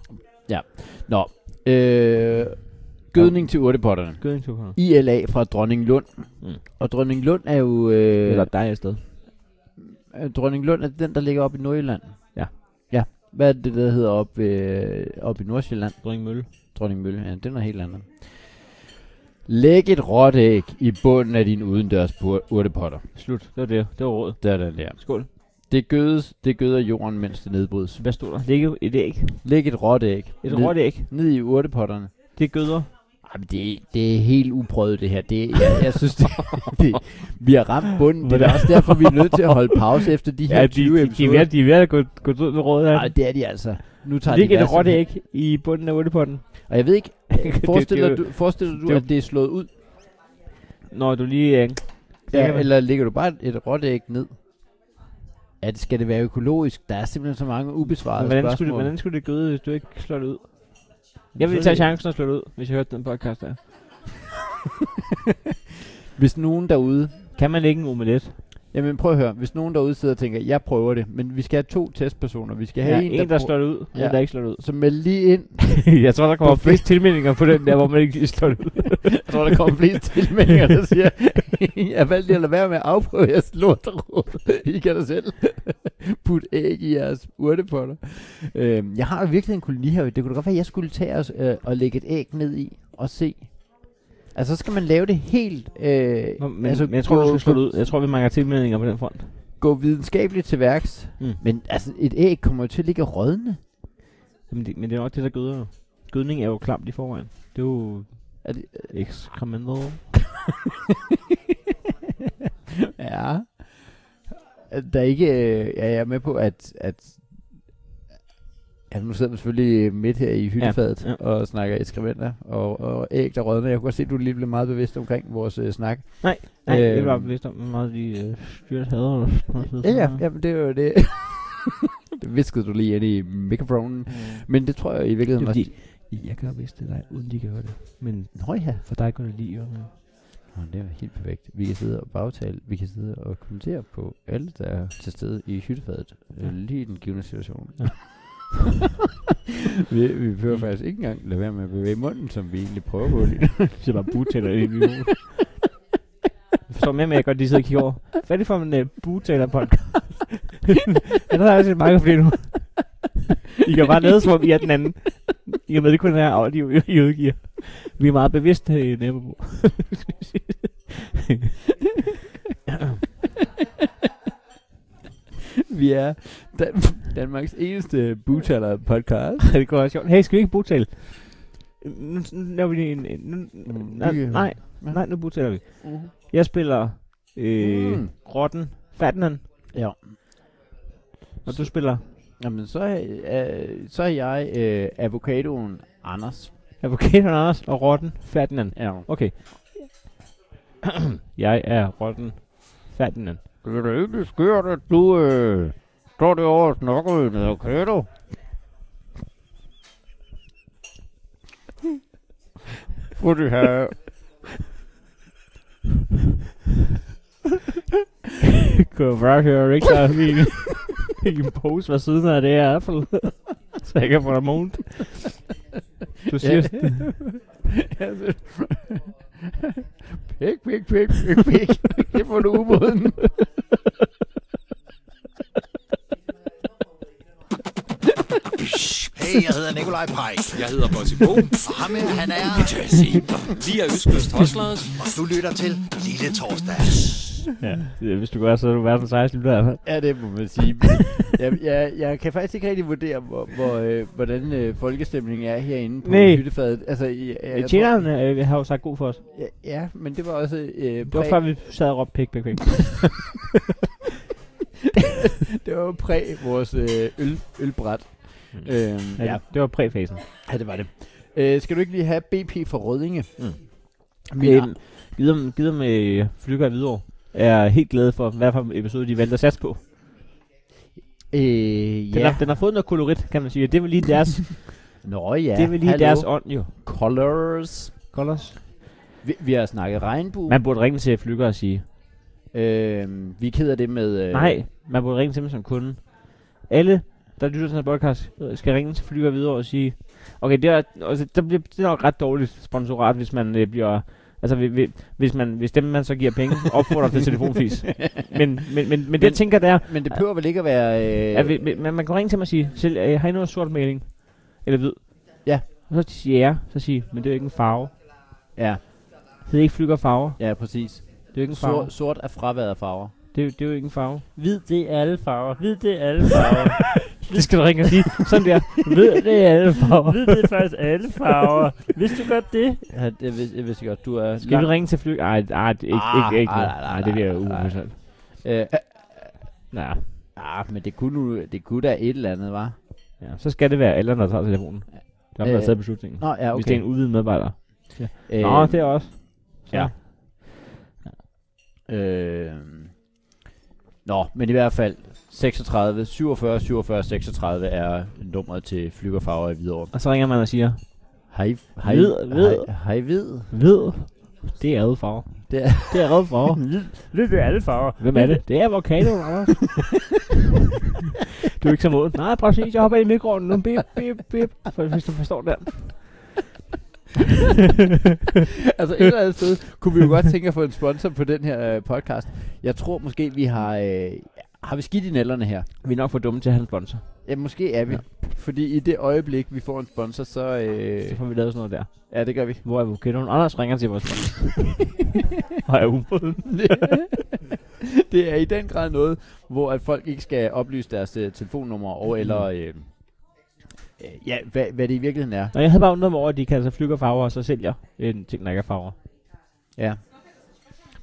Speaker 1: Nå, øh, gødning til urtepotterne.
Speaker 4: Gødning til ham.
Speaker 1: ILA fra Dronning Lund.
Speaker 4: Mm.
Speaker 1: Mm. Og Dronning Lund er jo... Øh,
Speaker 4: Eller dig afsted.
Speaker 1: øh, Dronning Lund er den, der ligger oppe i Nordjylland.
Speaker 4: Ja.
Speaker 1: Ja. Hvad er det, der hedder oppe øh, op i Nordsjælland?
Speaker 4: Dronning Mølle.
Speaker 1: Dronning Mølle, ja, det er noget helt andet. Læg et råt æg i bunden af din udendørs bur- urtepotter.
Speaker 4: Slut. Det var det. Det var rådet.
Speaker 1: Der, der, der.
Speaker 4: Skål.
Speaker 1: Det gødes, det gøder jorden, mens det nedbrydes.
Speaker 4: Hvad stod der? Læg et æg.
Speaker 1: Læg et råt æg.
Speaker 4: Et
Speaker 1: Ned-
Speaker 4: råt æg.
Speaker 1: Ned i urtepotterne.
Speaker 4: Det gøder.
Speaker 1: Jamen, det, det er helt uprøvet, det her. Det, jeg, jeg synes, det, [laughs] det, vi har ramt bunden. Det er da også derfor, vi er nødt til at holde pause efter de her
Speaker 4: ja,
Speaker 1: 20
Speaker 4: de, de, de, er ved,
Speaker 1: episoder.
Speaker 4: de er ved at gå, gå ud med rådet af.
Speaker 1: Nej, det er de altså. Nu tager
Speaker 4: Læg
Speaker 1: de
Speaker 4: et
Speaker 1: bassen.
Speaker 4: råt æg i bunden af urtepotten.
Speaker 1: Og jeg ved ikke,
Speaker 4: Det-
Speaker 1: forestiller,
Speaker 4: det-
Speaker 1: du, forestiller du,
Speaker 4: det-
Speaker 1: at det er slået ud?
Speaker 4: Når du lige... Øh,
Speaker 1: Ja, eller ligger du bare et- et råtæg ned? At skal det være økologisk? Der er simpelthen så mange ubesvarede
Speaker 4: hvordan
Speaker 1: spørgsmål.
Speaker 4: skulle, det, hvordan skulle det gøde, hvis du ikke slår det ud?
Speaker 1: Men
Speaker 4: Jeg ville
Speaker 1: så-
Speaker 4: tage chancen og slå det ud, hvis jeg hørte den podcast der.
Speaker 1: Hvis nogen derude...
Speaker 4: Kan man ikke en omelet?
Speaker 1: Jamen prøv at høre, hvis nogen derude sidder og tænker, jeg prøver det, men vi skal have to testpersoner. Vi skal have
Speaker 4: Ja,
Speaker 1: en,
Speaker 4: en, der
Speaker 1: prø-
Speaker 4: slår det ud, og en, der ikke slår det ud.
Speaker 1: Så meld lige ind.
Speaker 4: [laughs]
Speaker 1: [laughs]
Speaker 4: jeg tror, der kommer
Speaker 1: På
Speaker 4: flest tilmeldinger på den der, hvor man ikke lige slår det ud.
Speaker 1: Jeg tror, der kommer flest tilmeldinger, der siger, jeg valgte at lade være med at afprøve jeres lorteråd. I kan da selv putte æg i jeres urtepotter. Øhm, jeg har jo virkelig en kolonihave. Det kunne da godt være, at jeg skulle tage os, øh, og lægge et æg ned i og se. Altså, så skal man lave det helt... Øh,
Speaker 4: Nå, men,
Speaker 1: altså,
Speaker 4: altså, men jeg tror, du
Speaker 1: gå-
Speaker 4: skal slå det ud. Jeg tror, vi mangler tilmeldinger på den front.
Speaker 1: Gå videnskabeligt til værks.
Speaker 4: Mm.
Speaker 1: Men altså, et æg kommer jo til at ligge og rådne.
Speaker 4: Jamen, det, men det er nok det, der gøder. jo. Gødning er jo klamt i forvejen. Det er jo...
Speaker 1: Er det,
Speaker 4: Excremental.
Speaker 1: [laughs] Ja. Der er ikke... Øh, ja, jeg er med på, at... at ja, nu sidder vi selvfølgelig midt her i hyldefadet ja,
Speaker 4: Ja,
Speaker 1: ja.
Speaker 4: ja.
Speaker 1: og snakker ekskrementer og, og æg, der rådner. Jeg kunne godt se, at du lige blev meget bevidst omkring vores øh, snak.
Speaker 4: Nej, nej, øh, det
Speaker 1: Øhm,
Speaker 4: var bevidst om, hvor meget de øh, styrt hader. og sådan noget.
Speaker 1: Ja, ja, jamen, det er jo det. [laughs] det viskede du lige ind i mikrofonen. Mm. Men det tror jeg i
Speaker 4: Det er
Speaker 1: virkeligheden også...
Speaker 4: fordi, jeg gør vist det dig, uden de kan høre det. Men
Speaker 1: Nå ja.
Speaker 4: for dig går det lige jo. [laughs] men-
Speaker 1: Nå, det er helt perfekt. Vi kan sidde og bagtale, vi kan sidde og kommentere på alle, der er til stede i hyttefadet. Ja. Lige i den givende situation. Ja. [laughs] vi, vi behøver mm. faktisk ikke engang lade være med at bevæge munden, som vi egentlig prøver på lige nu.
Speaker 4: Så bare butaler i mikrofonen. Jeg forstår mere, men jeg kan godt lige sidde og kigge over. Hvad er det for en uh, butaler podcast? [laughs] ja, der er altså mange for det nu. I kan bare lade som om I er den anden. I kan med, det kun er audio, I, I udgiver. Vi er meget bevidste øh, i [laughs] Næbebo.
Speaker 1: [laughs] vi er Dan- Danmarks eneste butaler podcast.
Speaker 4: det kunne være sjovt. Hey, skal vi ikke butale? Nu, nu laver vi lige en... en nu, nej,
Speaker 1: vi- øh, Uh-huh.
Speaker 4: nej, nej, nu butaler vi. Jeg spiller øh,
Speaker 1: Mm.
Speaker 4: mm. Rotten Ferdinand,
Speaker 1: Ja.
Speaker 4: og du spiller
Speaker 1: Jamen, så, er- øh, så er jeg øh, avocadoen Anders.
Speaker 4: Advokaten Anders og Rotten Ferdinand.
Speaker 1: Ja.
Speaker 4: Okay. [clears throat] jeg er Rotten Ferdinand. [laughs]
Speaker 1: Det er da egentlig skørt, at du øh, står derovre og snakker med en avocado. Fordi her...
Speaker 4: Kunne bare høre Richard min, [laughs] min pose ved siden af det her Apple. [laughs] Så jeg kan få dig målt. Du [laughs] siger...
Speaker 1: Pik, pik, pik, pik, pik. Det får du umoden.
Speaker 8: Hey, jeg hedder Nikolaj Pej.
Speaker 3: Jeg hedder Bossy Bo.
Speaker 8: Og ham her, han er...
Speaker 3: Jazzy. Vi er Østkyst Hoslers.
Speaker 8: Og du lytter til Lille Torsdag.
Speaker 4: ja, hvis du gør, så er du verdens sejeste lytter.
Speaker 1: Ja, det må man sige. jeg, jeg, jeg kan faktisk ikke rigtig vurdere, hvor, hvor, øh, hvordan øh, folkestemningen er herinde på
Speaker 4: Nej.
Speaker 1: hyttefadet. Altså, jeg, jeg, jeg tror,
Speaker 4: Tjeneren øh, har jo sagt god for os.
Speaker 1: ja, ja, men det var også... Øh,
Speaker 4: Det var
Speaker 1: præ-
Speaker 4: før, vi sad og råbte pik, pik, pik.
Speaker 1: det var jo præg vores øh, øl, ølbræt.
Speaker 4: Mm.
Speaker 1: Øhm,
Speaker 4: Ja, det var præfasen.
Speaker 1: Ja, det var det. Øh, skal du ikke lige have BP for Rødinge?
Speaker 4: Mm.
Speaker 1: Min
Speaker 4: Øhm, Gider, gider med øh, Flykker i Hvidovre er helt glad for, hvad for en episode de valgte at satse på.
Speaker 1: Øh,
Speaker 4: Den,
Speaker 1: ja.
Speaker 4: har, den har fået noget kolorit, kan man sige. Det vil lige deres,
Speaker 1: Nå ja,
Speaker 4: det vil lige
Speaker 1: hallo.
Speaker 4: deres ånd jo.
Speaker 1: Colors.
Speaker 4: Colors.
Speaker 1: Vi, vi har snakket regnbue.
Speaker 4: Man burde ringe til Flykker og sige,
Speaker 1: Øh, vi er ked af det med... Øh,
Speaker 4: nej, man burde ringe til dem som kunde. Alle, der lytter til den her podcast, øh, skal ringe til Flykker videre og sige, okay, det er, altså, der bliver, det er nok ret dårligt sponsorat, hvis man øh, bliver, altså vi- vi- hvis, man, hvis dem, man så giver penge, opfordrer til [laughs] telefonfis. Men, men, men, men, men det, jeg tænker, det er,
Speaker 1: Men det behøver vel ikke at være... Øh,
Speaker 4: Ja, vi, vi, man, man kan ringe til mig og sige, selv, øh, har I noget sort maling? Eller hvid?
Speaker 1: Ja.
Speaker 4: Og så til ja, så sige, men det er jo ikke en farve.
Speaker 1: Ja.
Speaker 4: Det er ikke flyg og farver.
Speaker 1: Ja, præcis.
Speaker 4: Det er jo ikke en farve.
Speaker 1: Sort, sort er fraværet af farver.
Speaker 4: Det, er jo- det er jo ikke en farve.
Speaker 12: Hvid, det er alle farver. Hvid, det er alle farver.
Speaker 4: [laughs] Det skal du ringe og sige. Sådan der. Hvid, det er alle farver.
Speaker 12: Hvid, det er faktisk alle farver. Vidste du godt det?
Speaker 1: Ja, det jeg vidste, jeg vidste godt. Du er...
Speaker 4: Skal vi ringe til flyg? Nej, nej, ikke,
Speaker 1: Ah,
Speaker 4: ikke, ikke.
Speaker 1: nej,
Speaker 4: Nej,
Speaker 1: nej,
Speaker 4: nej, det bliver uforståeligt.
Speaker 1: Øh,
Speaker 4: Nej.
Speaker 1: ah, men det kunne, nu- det kunne da et eller andet, var.
Speaker 4: Ja, så skal det være alle, der tager telefonen. Det er ham, der har
Speaker 1: Øh,
Speaker 4: taget beslutningen.
Speaker 1: nå, ja,
Speaker 4: Hvis
Speaker 1: okay.
Speaker 4: det er en udvidet medarbejder. Ja.
Speaker 1: Øh,
Speaker 4: Nå, det er også. Så.
Speaker 1: Ja. Øh, nå, men i hvert fald 36, 47, 47, 36 er nummeret til Flygerfarver i Hvidovre.
Speaker 4: Og så ringer man og siger,
Speaker 1: Hej, hej,
Speaker 4: Hvid, hvid.
Speaker 1: hej, hej, hvid.
Speaker 4: Hvid, det er alle farver.
Speaker 1: Det er,
Speaker 4: Det er røde farver.
Speaker 12: [laughs] Hvid, det er alle farver.
Speaker 4: Hvem er det? Det er vulkanoen,
Speaker 12: [laughs]
Speaker 4: Anders. du er ikke så moden. Nej, præcis. Jeg hopper ind i mikroovnen nu. Bip, bip, bip. For hvis du forstår det.
Speaker 1: [laughs] altså et eller andet sted kunne vi jo godt tænke at få en sponsor på den her øh, podcast. Jeg tror måske, vi har... Øh, har vi skidt i nælderne her?
Speaker 4: Vi er nok for dumme til at have en sponsor.
Speaker 1: Ja, måske er vi. Ja. Fordi i det øjeblik, vi får en sponsor, så...
Speaker 4: Så
Speaker 1: Øh,
Speaker 4: får vi lavet sådan noget der.
Speaker 1: ja, det gør vi.
Speaker 4: Hvor er vulkanoen? Anders ringer til
Speaker 12: [laughs]
Speaker 4: vores sponsor. Og er umoden.
Speaker 1: [laughs] det er i den grad noget, hvor at folk ikke skal oplyse deres øh, telefonnummer og eller... Øh, øh, ja, hvad, hvad det i virkeligheden er.
Speaker 4: Og jeg havde bare undret mig over, at de kalder sig flyg og farver, og så sælger en ting, der ikke er farver.
Speaker 1: Ja.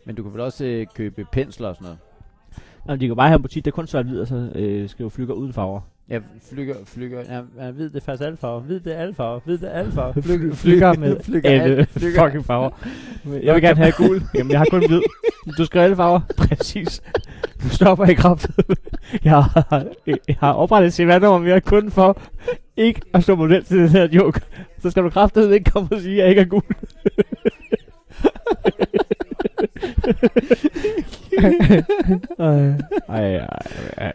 Speaker 1: Men du kan vel også øh, købe pensler og sådan noget.
Speaker 4: Jamen, de kan bare have en butik, der kun sort hvid, og så øh, skriver flyger uden farver.
Speaker 1: Ja, flykker, flykker, ja, [laughs]
Speaker 12: Ja, hvid, det er faktisk alle farver. Hvid, det er alle farver. Hvid, det er alle farver.
Speaker 4: [laughs] Flyg, flyger med
Speaker 1: Flykker
Speaker 4: alle
Speaker 1: alt- flykker-
Speaker 4: fucking farver. Jeg vil [laughs] gerne have gul. Jamen, jeg har kun hvid. Du skal have alle farver. [laughs] Præcis. Du stopper ikke op. Jeg har, jeg har oprettet et cvr mere kun for ikke at stå model til den her joke. Så skal du kraftedeme ikke komme og sige, at jeg ikke er [laughs] gul. ej, ej, ej, [laughs] ej.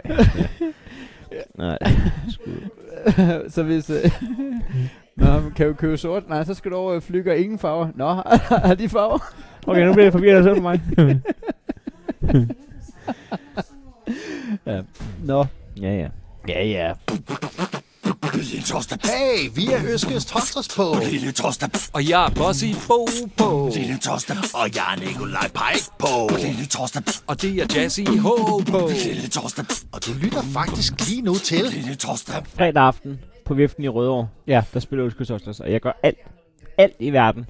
Speaker 4: Nej, skud.
Speaker 1: så hvis... Øh, [laughs] Nå, men kan du købe sort? Nej, så skal du over og flykker ingen farver. Nå, [laughs] har de farver?
Speaker 4: Okay, nu bliver det forvirret selv for [laughs] mig.
Speaker 1: Ja. Nå.
Speaker 4: ja, ja.
Speaker 1: Ja, ja.
Speaker 3: Lille Torsdag.
Speaker 8: Hey, vi er Øskes Torsdags på.
Speaker 3: Lille Torsdag. Og jeg er Bossy Bo på.
Speaker 8: Lille Torsdag. Og jeg er Nikolaj Pajk på.
Speaker 3: Lille Torsdag. Og det er Jazzy H på.
Speaker 8: Lille Torsdag. Og du lytter faktisk lige nu til.
Speaker 3: Lille Torsdag.
Speaker 4: fredag aften på Viften i Rødovre,
Speaker 1: Ja.
Speaker 4: der spiller Øskes Osters, og jeg gør alt, alt i verden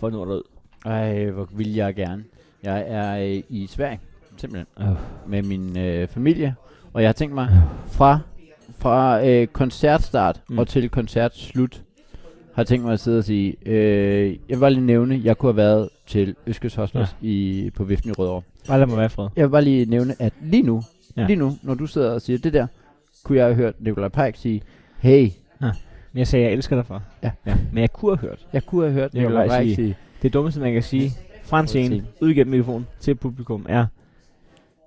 Speaker 4: for at nå derud.
Speaker 1: Ej, hvor vil jeg gerne. Jeg er øh, i Sverige, simpelthen,
Speaker 4: Øh.
Speaker 1: med min øh, familie. Og jeg har tænkt mig, fra, fra øh, koncertstart
Speaker 4: Mm.
Speaker 1: mm. og til koncertslut, har jeg tænkt mig at sidde og sige, øh, jeg vil bare lige nævne, jeg kunne have været til Øskes Hospice ja. i, på Viften i Rødovre.
Speaker 4: Bare lad mig være fred.
Speaker 1: Jeg vil bare lige nævne, at lige nu,
Speaker 4: Ja.
Speaker 1: ja. lige nu, når du sidder og siger det der, kunne jeg have hørt Nikolaj Pajk sige, hey,
Speaker 4: Men jeg sagde, jeg elsker dig for.
Speaker 1: Ja.
Speaker 4: ja. Men jeg kunne have hørt.
Speaker 1: jeg kunne have hørt
Speaker 4: Nikolaj
Speaker 1: Nikolaj Pajk
Speaker 4: sige-
Speaker 1: sige, sige,
Speaker 4: Det dummeste, man kan sige fra en scene,
Speaker 1: Præcis.
Speaker 4: ud gennem mikrofonen til publikum, er,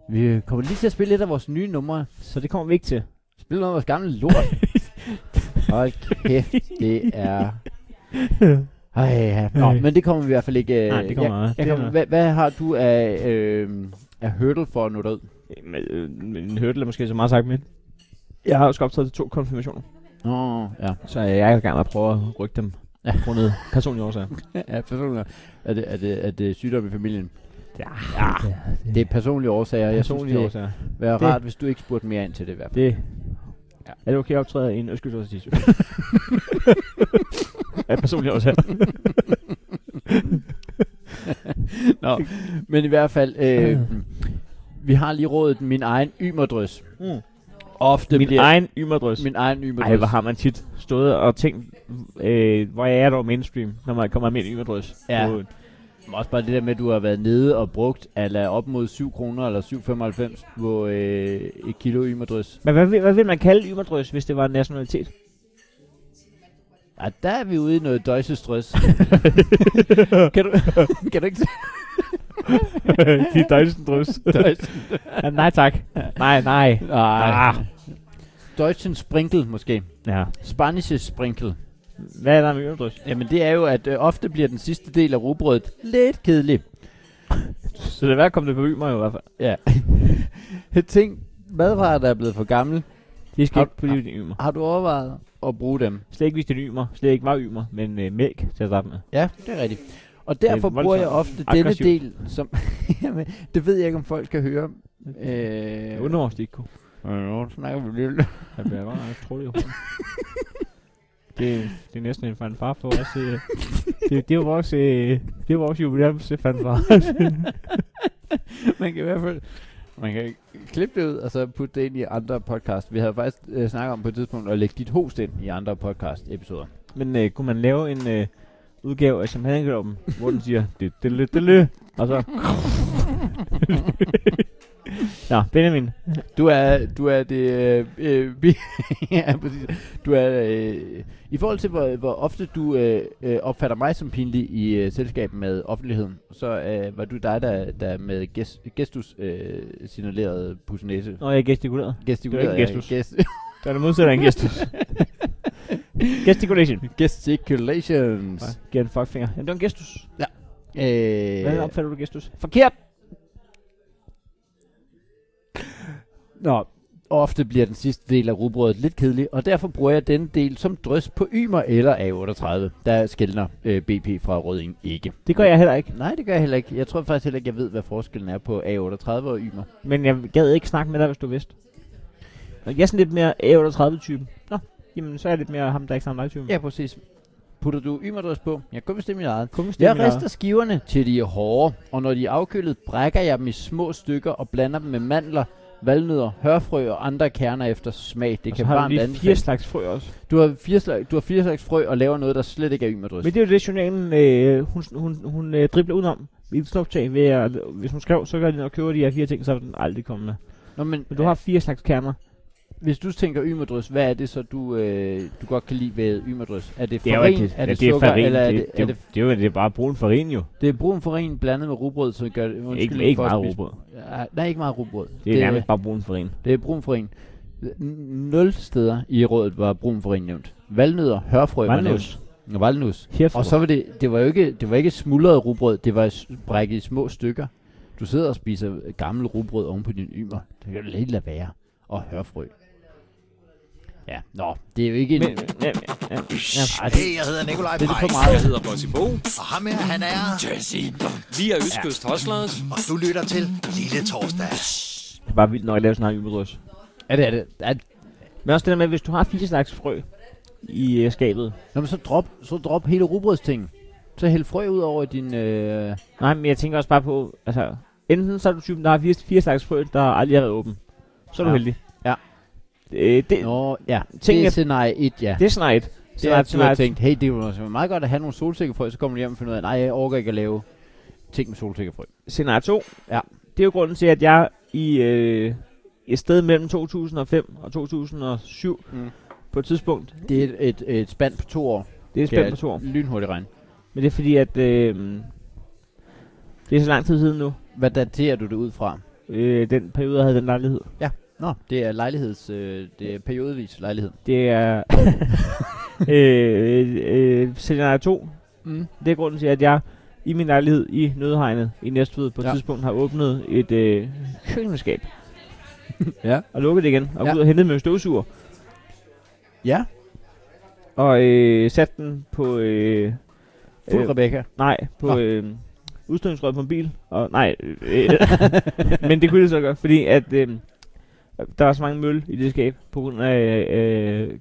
Speaker 1: vi kommer lige til at spille et af vores nye numre,
Speaker 4: så det kommer vi ikke til.
Speaker 1: Spil noget af vores gamle
Speaker 4: [laughs]
Speaker 1: lort. Hold kæft, det er... Ej, ja. Nå,
Speaker 4: Ej.
Speaker 1: men det kommer vi i hvert fald ikke... øh,
Speaker 4: [laughs] Nej, det kommer
Speaker 1: jeg, jeg
Speaker 4: jeg kommer.
Speaker 1: kommer. Hvad, hvad har du af, øh, af hurdle for at nå derud?
Speaker 4: Men, øh, men en hørtel er måske så meget sagt, men jeg har jo skal optaget til to konfirmationer,
Speaker 1: Nå, ja.
Speaker 4: så jeg er i gang med at prøve at rykke dem. Ja. Grundet personlige årsager.
Speaker 1: ja personligt. Er det, er, det, er det sygdom i familien? Ja, det er personlige årsager. Jeg personlige
Speaker 4: personlige
Speaker 1: synes, det
Speaker 4: årsager.
Speaker 1: ville være
Speaker 4: Det-
Speaker 1: rart, hvis du ikke spurgte mere ind til det i hvert fald.
Speaker 4: Det ja. er det okay at optræde i en østkyst t-shirt? [laughs] Ja, personligt også her.
Speaker 1: Nå, men i hvert fald, øh, vi har lige rådet min egen ymerdrøs. Mm. Ofte
Speaker 4: Min
Speaker 1: bliver...
Speaker 4: egen ymerdrøs.
Speaker 1: Min egen ymerdrøs.
Speaker 4: Ej, hvor har man tit stået og tænkt, øh, hvor jeg er dog mainstream, når man kommer med en ymerdrøs.
Speaker 1: Ja.
Speaker 4: På-
Speaker 1: Men Også bare det der med, at du har været nede og brugt ala op mod 7 kroner eller 7,95 på øh, et kilo ymadrys.
Speaker 4: Men hvad, vil- hvad vil man kalde ymerdrøs, hvis det var en [laughs] nationalitet?
Speaker 1: Ja, der er vi ude i noget døjsestrøs. kan, du, kan du ikke se
Speaker 4: [laughs] De er drøs. ja, [laughs] nej tak. Nej, nej.
Speaker 1: Nej.
Speaker 4: Ah.
Speaker 1: Deutschen Sprinkel måske.
Speaker 4: Ja.
Speaker 1: Spanische Sprinkel.
Speaker 4: Hvad er der med ymerdrøs?
Speaker 1: Jamen det er jo, at øh, ofte bliver den sidste del af rugbrødet lidt kedelig.
Speaker 4: Så det er værd at komme det på ymer i hvert fald.
Speaker 1: [laughs] Ja. Tænk, madvarer, der er blevet for gammel.
Speaker 4: De skal
Speaker 1: Har-
Speaker 4: ikke på livet i ymer.
Speaker 1: Har du overvejet at bruge dem.
Speaker 4: Slet ikke hvis det er ymer. Slet ikke var ymer, men øh, mælk til at starte med.
Speaker 1: Ja, det er rigtigt. Og
Speaker 4: Det er
Speaker 1: derfor bruger jeg
Speaker 4: voldsomt
Speaker 1: ofte denne
Speaker 4: aggressivt.
Speaker 1: del, som... [laughs] Jamen, det ved jeg ikke, om folk kan høre. Øh, jeg
Speaker 4: undrer mig, de ikke [laughs] kunne.
Speaker 1: Nå, så snakker vi lidt.
Speaker 4: Altså, Jeg bliver godt nok trolig over. [laughs] Det, det er næsten en fanfare for os. Øh. Det, det, er jo vores, øh, det er vores jubilæums øh, fanfare.
Speaker 1: [laughs] man kan i hvert fald man kan klippe det ud, og så putte det ind i andre podcast. Vi havde faktisk øh, snakket om på et tidspunkt at lægge dit host ind i andre podcast-episoder.
Speaker 4: [laughs] Men øh, kunne man lave en øh, udgave af champagnekloppen, hvor den siger, det det det det og [laughs] så... Nå, Benjamin.
Speaker 1: Du er, du er det... Øh, øh, [laughs] bi- ja, præcis. Du er... Øh, I forhold til, hvor, hvor ofte du øh, øh, opfatter mig som pinlig i øh, selskab med offentligheden, så øh, var du dig, der, der med gest, gestus øh, signalerede pussenæse.
Speaker 4: Nå, jeg gestikulerede.
Speaker 1: Gestikulerede.
Speaker 4: Det var ikke gestus.
Speaker 1: ja, Gest- [laughs]
Speaker 4: Der er det modsatte af en [laughs] gestus. Gesticulation.
Speaker 1: Gesticulations.
Speaker 4: Giv en fuckfinger. Jamen, det var en gestus.
Speaker 1: Ja. Øh,
Speaker 4: Hvad opfatter du gestus?
Speaker 1: Forkert! Nå, ofte bliver den sidste del af rugbrødet lidt kedelig, og derfor bruger jeg denne del som drys på Ymer eller A38. Der skældner øh, BP fra røding ikke.
Speaker 4: Det gør jeg heller ikke.
Speaker 1: Nej, det gør jeg heller ikke. Jeg tror faktisk heller ikke, jeg ved, hvad forskellen er på A38 og Ymer.
Speaker 4: Men jeg gad ikke snakke med dig, hvis du vidste. Jeg er sådan lidt mere A38-typen. Nå, jamen så er jeg lidt mere ham, der ikke snakker med typen
Speaker 1: Ja, præcis. Putter du ymerdrys på? Jeg kun bestemme mit eget.
Speaker 4: Kun bestemme
Speaker 1: jeg
Speaker 4: mit eget.
Speaker 1: rister skiverne til de er hårde, og når de er afkølet, brækker jeg dem i små stykker og blander dem med mandler, valnødder, hørfrø og andre kerner efter smag. Det
Speaker 4: Og
Speaker 1: kan
Speaker 4: så har du
Speaker 1: varmt
Speaker 4: lige
Speaker 1: anbefales.
Speaker 4: fire slags frø også.
Speaker 1: Du har fire, slags, du har fire slags frø og laver noget, der slet ikke er ymerdrys.
Speaker 4: Men det er jo det, journalen, øh, hun, hun, hun øh, dribler udenom i et sluptag ved at, hvis hun skrev, så gør de, når køber de her fire ting, så er den aldrig kommet med.
Speaker 1: Nå, men, øh,
Speaker 4: men du har fire slags kerner.
Speaker 1: Hvis du tænker ymerdrys, hvad er det så, du, øh, du godt kan lide ved ymerdrys? Er det
Speaker 4: Det er jo
Speaker 1: farin,
Speaker 4: rigtigt.
Speaker 1: er
Speaker 4: Ja,
Speaker 1: det
Speaker 4: det er
Speaker 1: sukker,
Speaker 4: farin.
Speaker 1: eller er
Speaker 4: Det-
Speaker 1: det, er
Speaker 4: det-
Speaker 1: det,
Speaker 4: det er jo- det er bare brun farin jo.
Speaker 1: Det er brun farin blandet med rugbrød, så gør det... undskyld,
Speaker 4: Ikke-
Speaker 1: for
Speaker 4: ikke
Speaker 1: at
Speaker 4: meget
Speaker 1: spise-
Speaker 4: rugbrød.
Speaker 1: Ja, nej, ikke meget rugbrød.
Speaker 4: Det er nærmest bare brun farin.
Speaker 1: Det er brun farin. N- Nul steder i rådet var brun farin nævnt. Valnødder, hørfrø var
Speaker 4: Valnøds.
Speaker 1: nævnt. Valnus.
Speaker 4: Herfrø.
Speaker 1: Og så var det, det var jo ikke, det var ikke smuldret rugbrød, det var s- brækket i små stykker. Du sidder og spiser gammel rugbrød oven på din ymer. Det kan du lidt lade være. Og hørfrø. Ja, nå, det er jo ikke en...
Speaker 4: Men- ja, ja,
Speaker 1: Ej, det-
Speaker 8: Hey, jeg hedder Nikolaj
Speaker 1: det er
Speaker 8: Pajk.
Speaker 1: for meget.
Speaker 3: Jeg hedder Bossy Bo.
Speaker 8: Og ham her, han er...
Speaker 3: Jazzy. Vi er Østkyst Hoslers.
Speaker 8: Og du lytter til Lille Torsdag.
Speaker 4: Det er bare vildt nok at lave sådan her ymedrys.
Speaker 1: Ja, det er det. Er
Speaker 4: Men også det der med, hvis du har fire slags frø i øh, skabet.
Speaker 1: Nå, men så drop, så drop hele rugbrødstingen. Så hæld frø ud over din... Øh...
Speaker 4: Nej, men jeg tænker også bare på, altså, enten så er du typen, der har fire, fire slags frø, der aldrig har været åben. Så er du
Speaker 1: Ja.
Speaker 4: heldig.
Speaker 1: Ja.
Speaker 4: Øh, det,
Speaker 1: Nå, ja.
Speaker 4: Tænk,
Speaker 1: det er
Speaker 4: at-
Speaker 1: scenarie 1, ja.
Speaker 4: Det er scenarie et.
Speaker 1: Det
Speaker 4: Scenarie
Speaker 1: er,
Speaker 4: et,
Speaker 1: at du har
Speaker 4: scenarie et.
Speaker 1: tænkt, hey, det var meget godt at have nogle solsikkefrø, så kommer du hjem og finder ud af, nej, jeg overgår ikke at lave ting med solsikkefrø.
Speaker 4: Scenarie 2.
Speaker 1: Ja.
Speaker 4: Det er jo grunden til, at jeg i øh, et sted mellem 2005 og 2007
Speaker 1: Mm.
Speaker 4: mm. på et tidspunkt.
Speaker 1: Det er et, et, et spand på to år.
Speaker 4: Det er et
Speaker 1: Kan
Speaker 4: spænd
Speaker 1: jeg
Speaker 4: på to år.
Speaker 1: Lynhurtigt regn.
Speaker 4: Men det er fordi, at øh, det er så lang tid siden nu.
Speaker 1: Hvad daterer du det ud fra?
Speaker 4: Øh, den periode, jeg havde den lejlighed.
Speaker 1: Ja. Nå, det er lejligheds... Øh, det er periodevis lejlighed.
Speaker 4: Det er... [laughs] øh, øh, øh, scenarie 2.
Speaker 1: Mm.
Speaker 4: Det er grunden til, at jeg i min lejlighed i Nødhegnet i Næstved på et
Speaker 1: Ja.
Speaker 4: ja. tidspunkt har åbnet et øh, køkkenskab.
Speaker 1: [laughs] Ja.
Speaker 4: Og lukket det igen. Og
Speaker 1: Ja.
Speaker 4: ja. ud og hentet med en støvsuger.
Speaker 1: Ja.
Speaker 4: Og øh, sat den på... Øh,
Speaker 1: Fuld Rebecca.
Speaker 4: Nej, på
Speaker 1: Nå.
Speaker 4: øh, udstødningsrøret på en bil. Og, nej, øh, øh, [laughs] men det kunne det så godt, fordi at... Øh, der var så mange møl i det skab på grund af øh,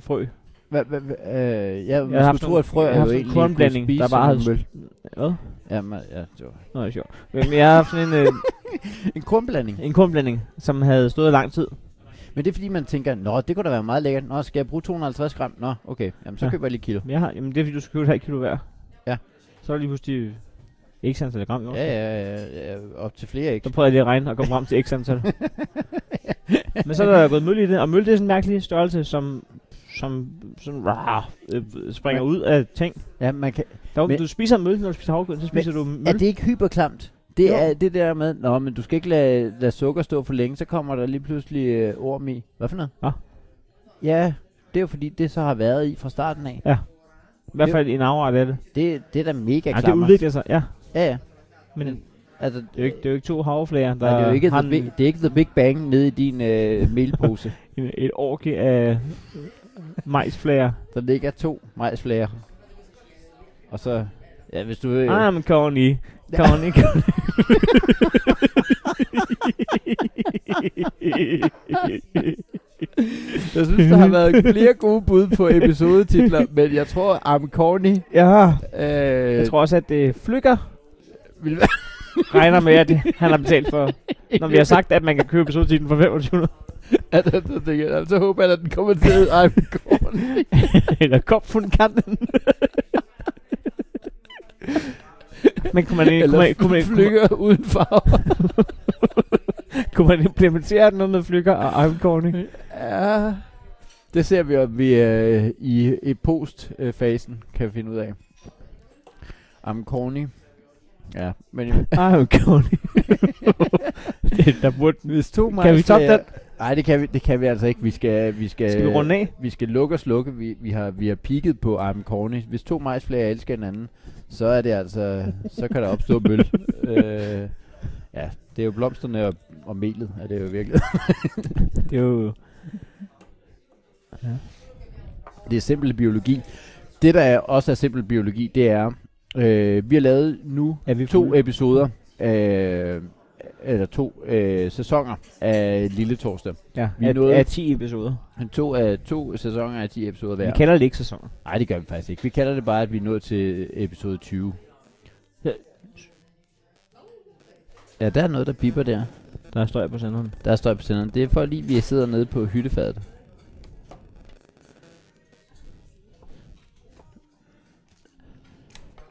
Speaker 4: frø.
Speaker 1: Hva, hva, hva, øh, ja,
Speaker 4: har
Speaker 1: man skulle
Speaker 4: haft
Speaker 1: tro,
Speaker 4: nogle-
Speaker 1: at frø
Speaker 4: jeg
Speaker 1: er
Speaker 4: har
Speaker 1: jo
Speaker 4: haft en
Speaker 1: egentlig
Speaker 4: kornblanding,
Speaker 1: kunne spise
Speaker 4: der bare
Speaker 1: som
Speaker 4: havde-
Speaker 1: en møl.
Speaker 4: Hvad?
Speaker 1: Ja, man, ja, det var...
Speaker 4: Nå, det er sjovt. Men jeg har haft sådan en, øh,
Speaker 1: en kornblanding.
Speaker 4: en kornblanding, som havde stået i lang tid.
Speaker 1: Men det er fordi, man tænker, nå, det kunne da være meget lækkert. Nå, skal jeg bruge 250 gram? Nå, okay, jamen, så
Speaker 4: Ja.
Speaker 1: køber jeg lige et kilo.
Speaker 4: Men jeg har, jamen det er fordi, du skal købe et halvt kilo hver.
Speaker 1: Ja.
Speaker 4: Så er det lige pludselig x antal gram i år.
Speaker 1: Ja, ja, ja, ja, op til flere, ikke?
Speaker 4: Så prøvede jeg lige at regne og komme frem til
Speaker 1: [laughs]
Speaker 4: x antal. Men så er der gået møl i det, og møl det er sådan en mærkelig størrelse, som, som sådan, rar, øh, springer
Speaker 1: Men-
Speaker 4: ud af ting.
Speaker 1: Ja, man kan...
Speaker 4: Der,
Speaker 1: Men-
Speaker 4: men, du spiser møl, når du spiser havgrøn, så spiser du møl.
Speaker 1: Er det ikke hyperklamt? Det
Speaker 4: Jo.
Speaker 1: er det der med, nå, men du skal ikke lade, lade sukker stå for længe, så kommer der lige pludselig øh, orm i. Hvad for noget?
Speaker 4: Hva?
Speaker 1: Ja, det er jo fordi, det så har været i fra starten af.
Speaker 4: Ja. I hvert fald en afret af det.
Speaker 1: Det, det er da mega
Speaker 4: Ja, det
Speaker 1: klammer.
Speaker 4: udvikler sig, ja.
Speaker 1: Ja, ja.
Speaker 4: Men det
Speaker 1: Altså,
Speaker 4: er jo ikke, det er jo ikke to havflager, der
Speaker 1: nej, det, er jo ikke
Speaker 4: har
Speaker 1: the,
Speaker 4: en-
Speaker 1: big, det er ikke The Big Bang nede i din øh, mailpose.
Speaker 4: en, et orke af
Speaker 1: majsflager. Der ligger to majsflager. Og så... Ja, hvis du... øh,
Speaker 4: I'm Connie.
Speaker 1: Ja. [laughs]
Speaker 4: Connie,
Speaker 1: Jeg synes, der har været flere gode bud på episodetitler, [laughs] men jeg tror, I'm Corny...
Speaker 4: Ja.
Speaker 1: Øh, [laughs]
Speaker 4: Jeg tror også, at det flykker.
Speaker 1: Vil
Speaker 4: regner med, at han har betalt for. Når vi har sagt, at man kan købe episodetitlen for 25
Speaker 1: at, at, at, at, at, altså, så håber jeg, at den kommer til at hedde I'm Corny.
Speaker 4: Eller kop von kanten. Men kunne man, ikke- kunne
Speaker 1: Eller
Speaker 4: man, kunne man, kunne man,
Speaker 1: flykker uden farver.
Speaker 4: kunne man implementere den under flykker Ah, og I'm corny?
Speaker 1: ja, det ser vi, om vi øh, i, i postfasen kan finde ud af. I'm Corny. Ja, men...
Speaker 4: I'm
Speaker 1: [laughs]
Speaker 4: corny. Ah, Det- der burde...
Speaker 1: Hvis to
Speaker 4: Kan vi toppe den?
Speaker 1: Nej, det kan vi, det kan vi altså ikke. Vi skal, vi skal,
Speaker 4: Skal vi runde af?
Speaker 1: Vi skal lukke og slukke. Vi, vi, har, vi har peaked på Arm Corny. Hvis to majsflager elsker hinanden, så er det altså, så kan der opstå
Speaker 4: [laughs]
Speaker 1: møl. øh, ja, det er jo blomsterne og, og melet, er det jo virkelig.
Speaker 4: det er jo...
Speaker 1: Ja. Det er simpel biologi. Det, der er også er simpel biologi, det er, øh, vi har lavet nu er vi to
Speaker 4: Mhm.
Speaker 1: episoder, øh, eller to øh, sæsoner af Lille Torsdag.
Speaker 4: Ja,
Speaker 1: vi
Speaker 4: af-
Speaker 1: nåede-
Speaker 4: af 10 episoder.
Speaker 1: To, af, to sæsoner af 10 episoder hver.
Speaker 4: Vi kalder det ikke sæsoner.
Speaker 1: Nej, det gør vi faktisk ikke. Vi kalder det bare, at vi er nået til episode 20. Ja, der er noget, der piper der.
Speaker 4: Der er støj på senderen.
Speaker 1: Der er støj på senderen. Det er for lige, vi sidder nede på hyttefadet.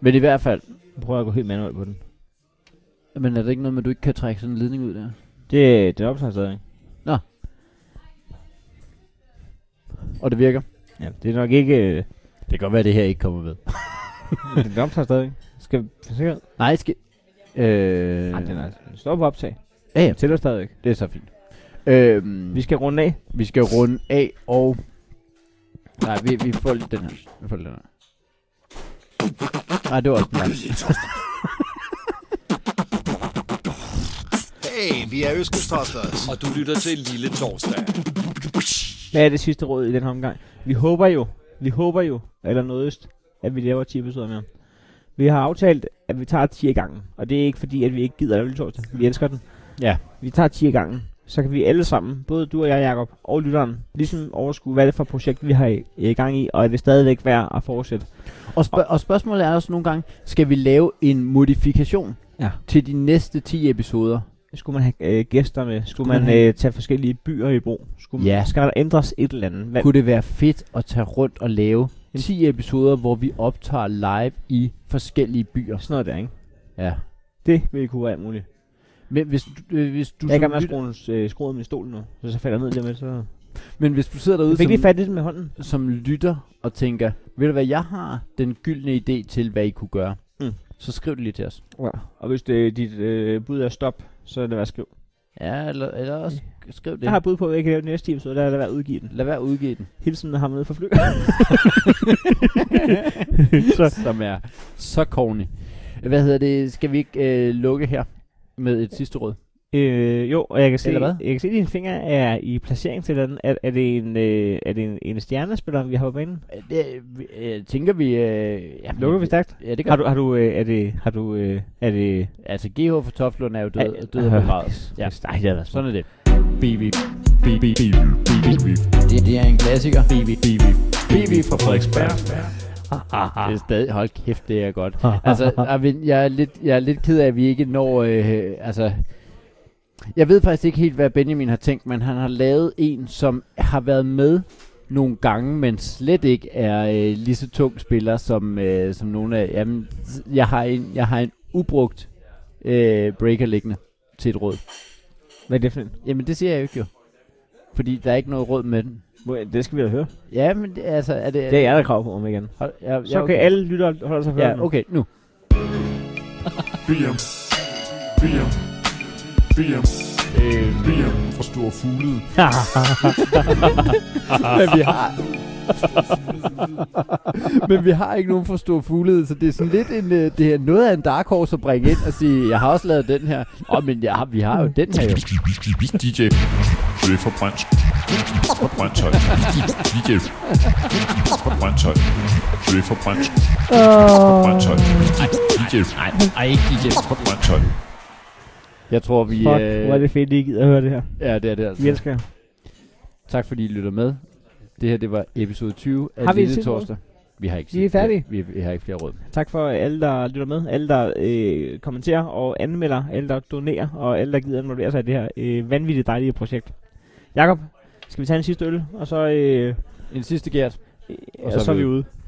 Speaker 1: Men i hvert fald...
Speaker 4: Prøv at gå helt manuelt på den.
Speaker 1: Men er det ikke noget med, at du ikke kan trække sådan en ledning ud der?
Speaker 4: Det, det optager stadig.
Speaker 1: Nå. Og det virker?
Speaker 4: Ja, det er nok ikke... øh, Det
Speaker 1: kan godt være, at det her ikke kommer ved.
Speaker 4: [laughs] det optager stadig. Skal vi forsikre?
Speaker 1: Nej, skal... Øh...
Speaker 4: Nej, den er... Stop på optag.
Speaker 1: Ja, ja.
Speaker 4: Tæller stadig.
Speaker 1: Det er så fint. Øhm,
Speaker 4: vi skal runde af.
Speaker 1: Vi skal runde af, og... Nej, vi, vi får lige den her. Vi får lige den her. Nej, det var også den her.
Speaker 8: Hey, vi er Østkystostlers.
Speaker 3: Og du lytter til Lille Torsdag.
Speaker 4: Hvad er det sidste råd i den her omgang? Vi håber jo, vi håber jo, eller nådest, at vi laver 10 episoder mere. Vi har aftalt, at vi tager 10 i gangen. Og det er ikke fordi, at vi ikke gider at lave torsdag. Vi elsker den.
Speaker 1: Ja.
Speaker 4: Vi tager 10 i gangen. Så kan vi alle sammen, både du og jeg, Jacob, og lytteren, ligesom overskue, hvad er det for et projekt, vi har i, i gang i, og er det stadigvæk værd at fortsætte.
Speaker 1: Og, spørg- og spørgsmålet er også nogle gange, skal vi lave en modifikation
Speaker 4: Ja.
Speaker 1: til de næste 10 episoder?
Speaker 4: Skulle man have øh, gæster med? Skulle man,
Speaker 1: have-
Speaker 4: øh, tage forskellige byer i brug? Skulle
Speaker 1: Ja.
Speaker 4: man, skal der ændres et eller andet? Hvad,
Speaker 1: Kunne det være fedt at tage rundt og lave 10 episoder, hvor vi optager live i forskellige byer?
Speaker 4: Sådan noget der, ikke?
Speaker 1: Ja.
Speaker 4: Det ville kunne være alt muligt.
Speaker 1: Men hvis, øh, hvis du...
Speaker 4: Du jeg
Speaker 1: som
Speaker 4: kan med at
Speaker 1: lytter-
Speaker 4: skrue, øh, skrue min stol nu, så, så falder jeg ned lige med, så...
Speaker 1: Men hvis du sidder derude
Speaker 4: Jeg fik lige fat i den med hånden.
Speaker 1: som lytter og tænker, ved du hvad, jeg har den gyldne idé til, hvad I kunne gøre,
Speaker 4: Mm.
Speaker 1: så skriv det lige til os.
Speaker 4: Ja. Og hvis det, dit øh, bud er stop, så er det værd at skrive.
Speaker 1: Ja, eller, eller også sk- skriv det.
Speaker 4: Jeg har et bud på, at jeg kan lave den næste time, så lad lad være at udgive den.
Speaker 1: Lad være at udgive den.
Speaker 4: Hilsen ham nede for [laughs] fly.
Speaker 1: så. Som er så corny. Hvad hedder det? Skal vi ikke øh, lukke her med et sidste råd?
Speaker 4: øh, jo, og jeg kan se,
Speaker 1: Eller hvad?
Speaker 4: jeg kan se at dine fingre er i placering til den. Er, er det en, øh, er det en, en stjernespiller, vi har på banen?
Speaker 1: Det, vi- øh, tænker vi... Øh, ja,
Speaker 4: Lukker vi stærkt?
Speaker 1: Ja, det gør
Speaker 4: Har du, har du, øh, er det, har du, øh, er det...
Speaker 1: Altså, GH for Toftlund er jo død,
Speaker 4: Er-
Speaker 1: død og
Speaker 4: Øh,
Speaker 1: begravet. Ja,
Speaker 4: Nej, det er været
Speaker 1: sådan er det.
Speaker 7: BB. BB. BB.
Speaker 1: Det, det er en klassiker. BB.
Speaker 7: BB. BB fra Frederiksberg.
Speaker 1: Det er stadig, hold kæft, det er godt. altså, Arvind, jeg er, lidt, jeg er lidt ked af, at vi ikke når... Øh, altså, jeg ved faktisk ikke helt, hvad Benjamin har tænkt, men han har lavet en, som har været med nogle gange, men slet ikke er øh, lige så tung spiller som, øh, som nogle af... Jamen, s- jeg har en, jeg har en ubrugt øh, breaker liggende til et råd.
Speaker 4: Hvad er det for en?
Speaker 1: Jamen, det siger jeg jo ikke jo. Fordi der er ikke noget råd med den.
Speaker 4: Må jeg- Det skal vi da høre.
Speaker 1: Ja, men det, altså, er det...
Speaker 4: Det er jeg, der krav på om igen.
Speaker 1: Hold, ja, ja,
Speaker 4: Så okay. kan alle lytter holde sig for
Speaker 1: Ja, okay, nu.
Speaker 7: BM. BM. BM. BM fra Øh, Store Fuglede.
Speaker 1: Men vi har... [laughs] Men vi har ikke nogen for stor fuglede, så det er sådan lidt en, øh, det er noget af en dark horse at bringe ind og sige, jeg har også lavet den her. Åh, oh, men jeg har, vi har jo den her jo.
Speaker 7: DJ. Dø for Brænds. fra Brøndshøj. DJ fra Brøndshøj. DJ fra Brøndshøj. Fra Brøndshøj. DJ fra Brøndshøj.
Speaker 1: Jeg tror, vi... øh,
Speaker 4: Fuck, hvor er det fedt, I gider at høre det her.
Speaker 1: Ja, det er det altså.
Speaker 4: Vi elsker jer.
Speaker 1: Tak fordi I lytter med. Det her, det var episode 20 af
Speaker 4: Har vi et
Speaker 1: Lille
Speaker 4: sidste råd?
Speaker 1: Torsdag. Vi har ikke
Speaker 4: Vi er
Speaker 1: sidste-
Speaker 4: færdige.
Speaker 1: Vi, vi har ikke flere råd.
Speaker 4: Tak for alle, der lytter med, alle, der øh, kommenterer og anmelder, alle, der donerer, og alle, der gider involvere sig i det her øh, vanvittigt dejlige projekt. Jakob, skal vi tage en sidste øl, og så... Øh,
Speaker 1: en sidste gært.
Speaker 4: Og så, og så er vi ude.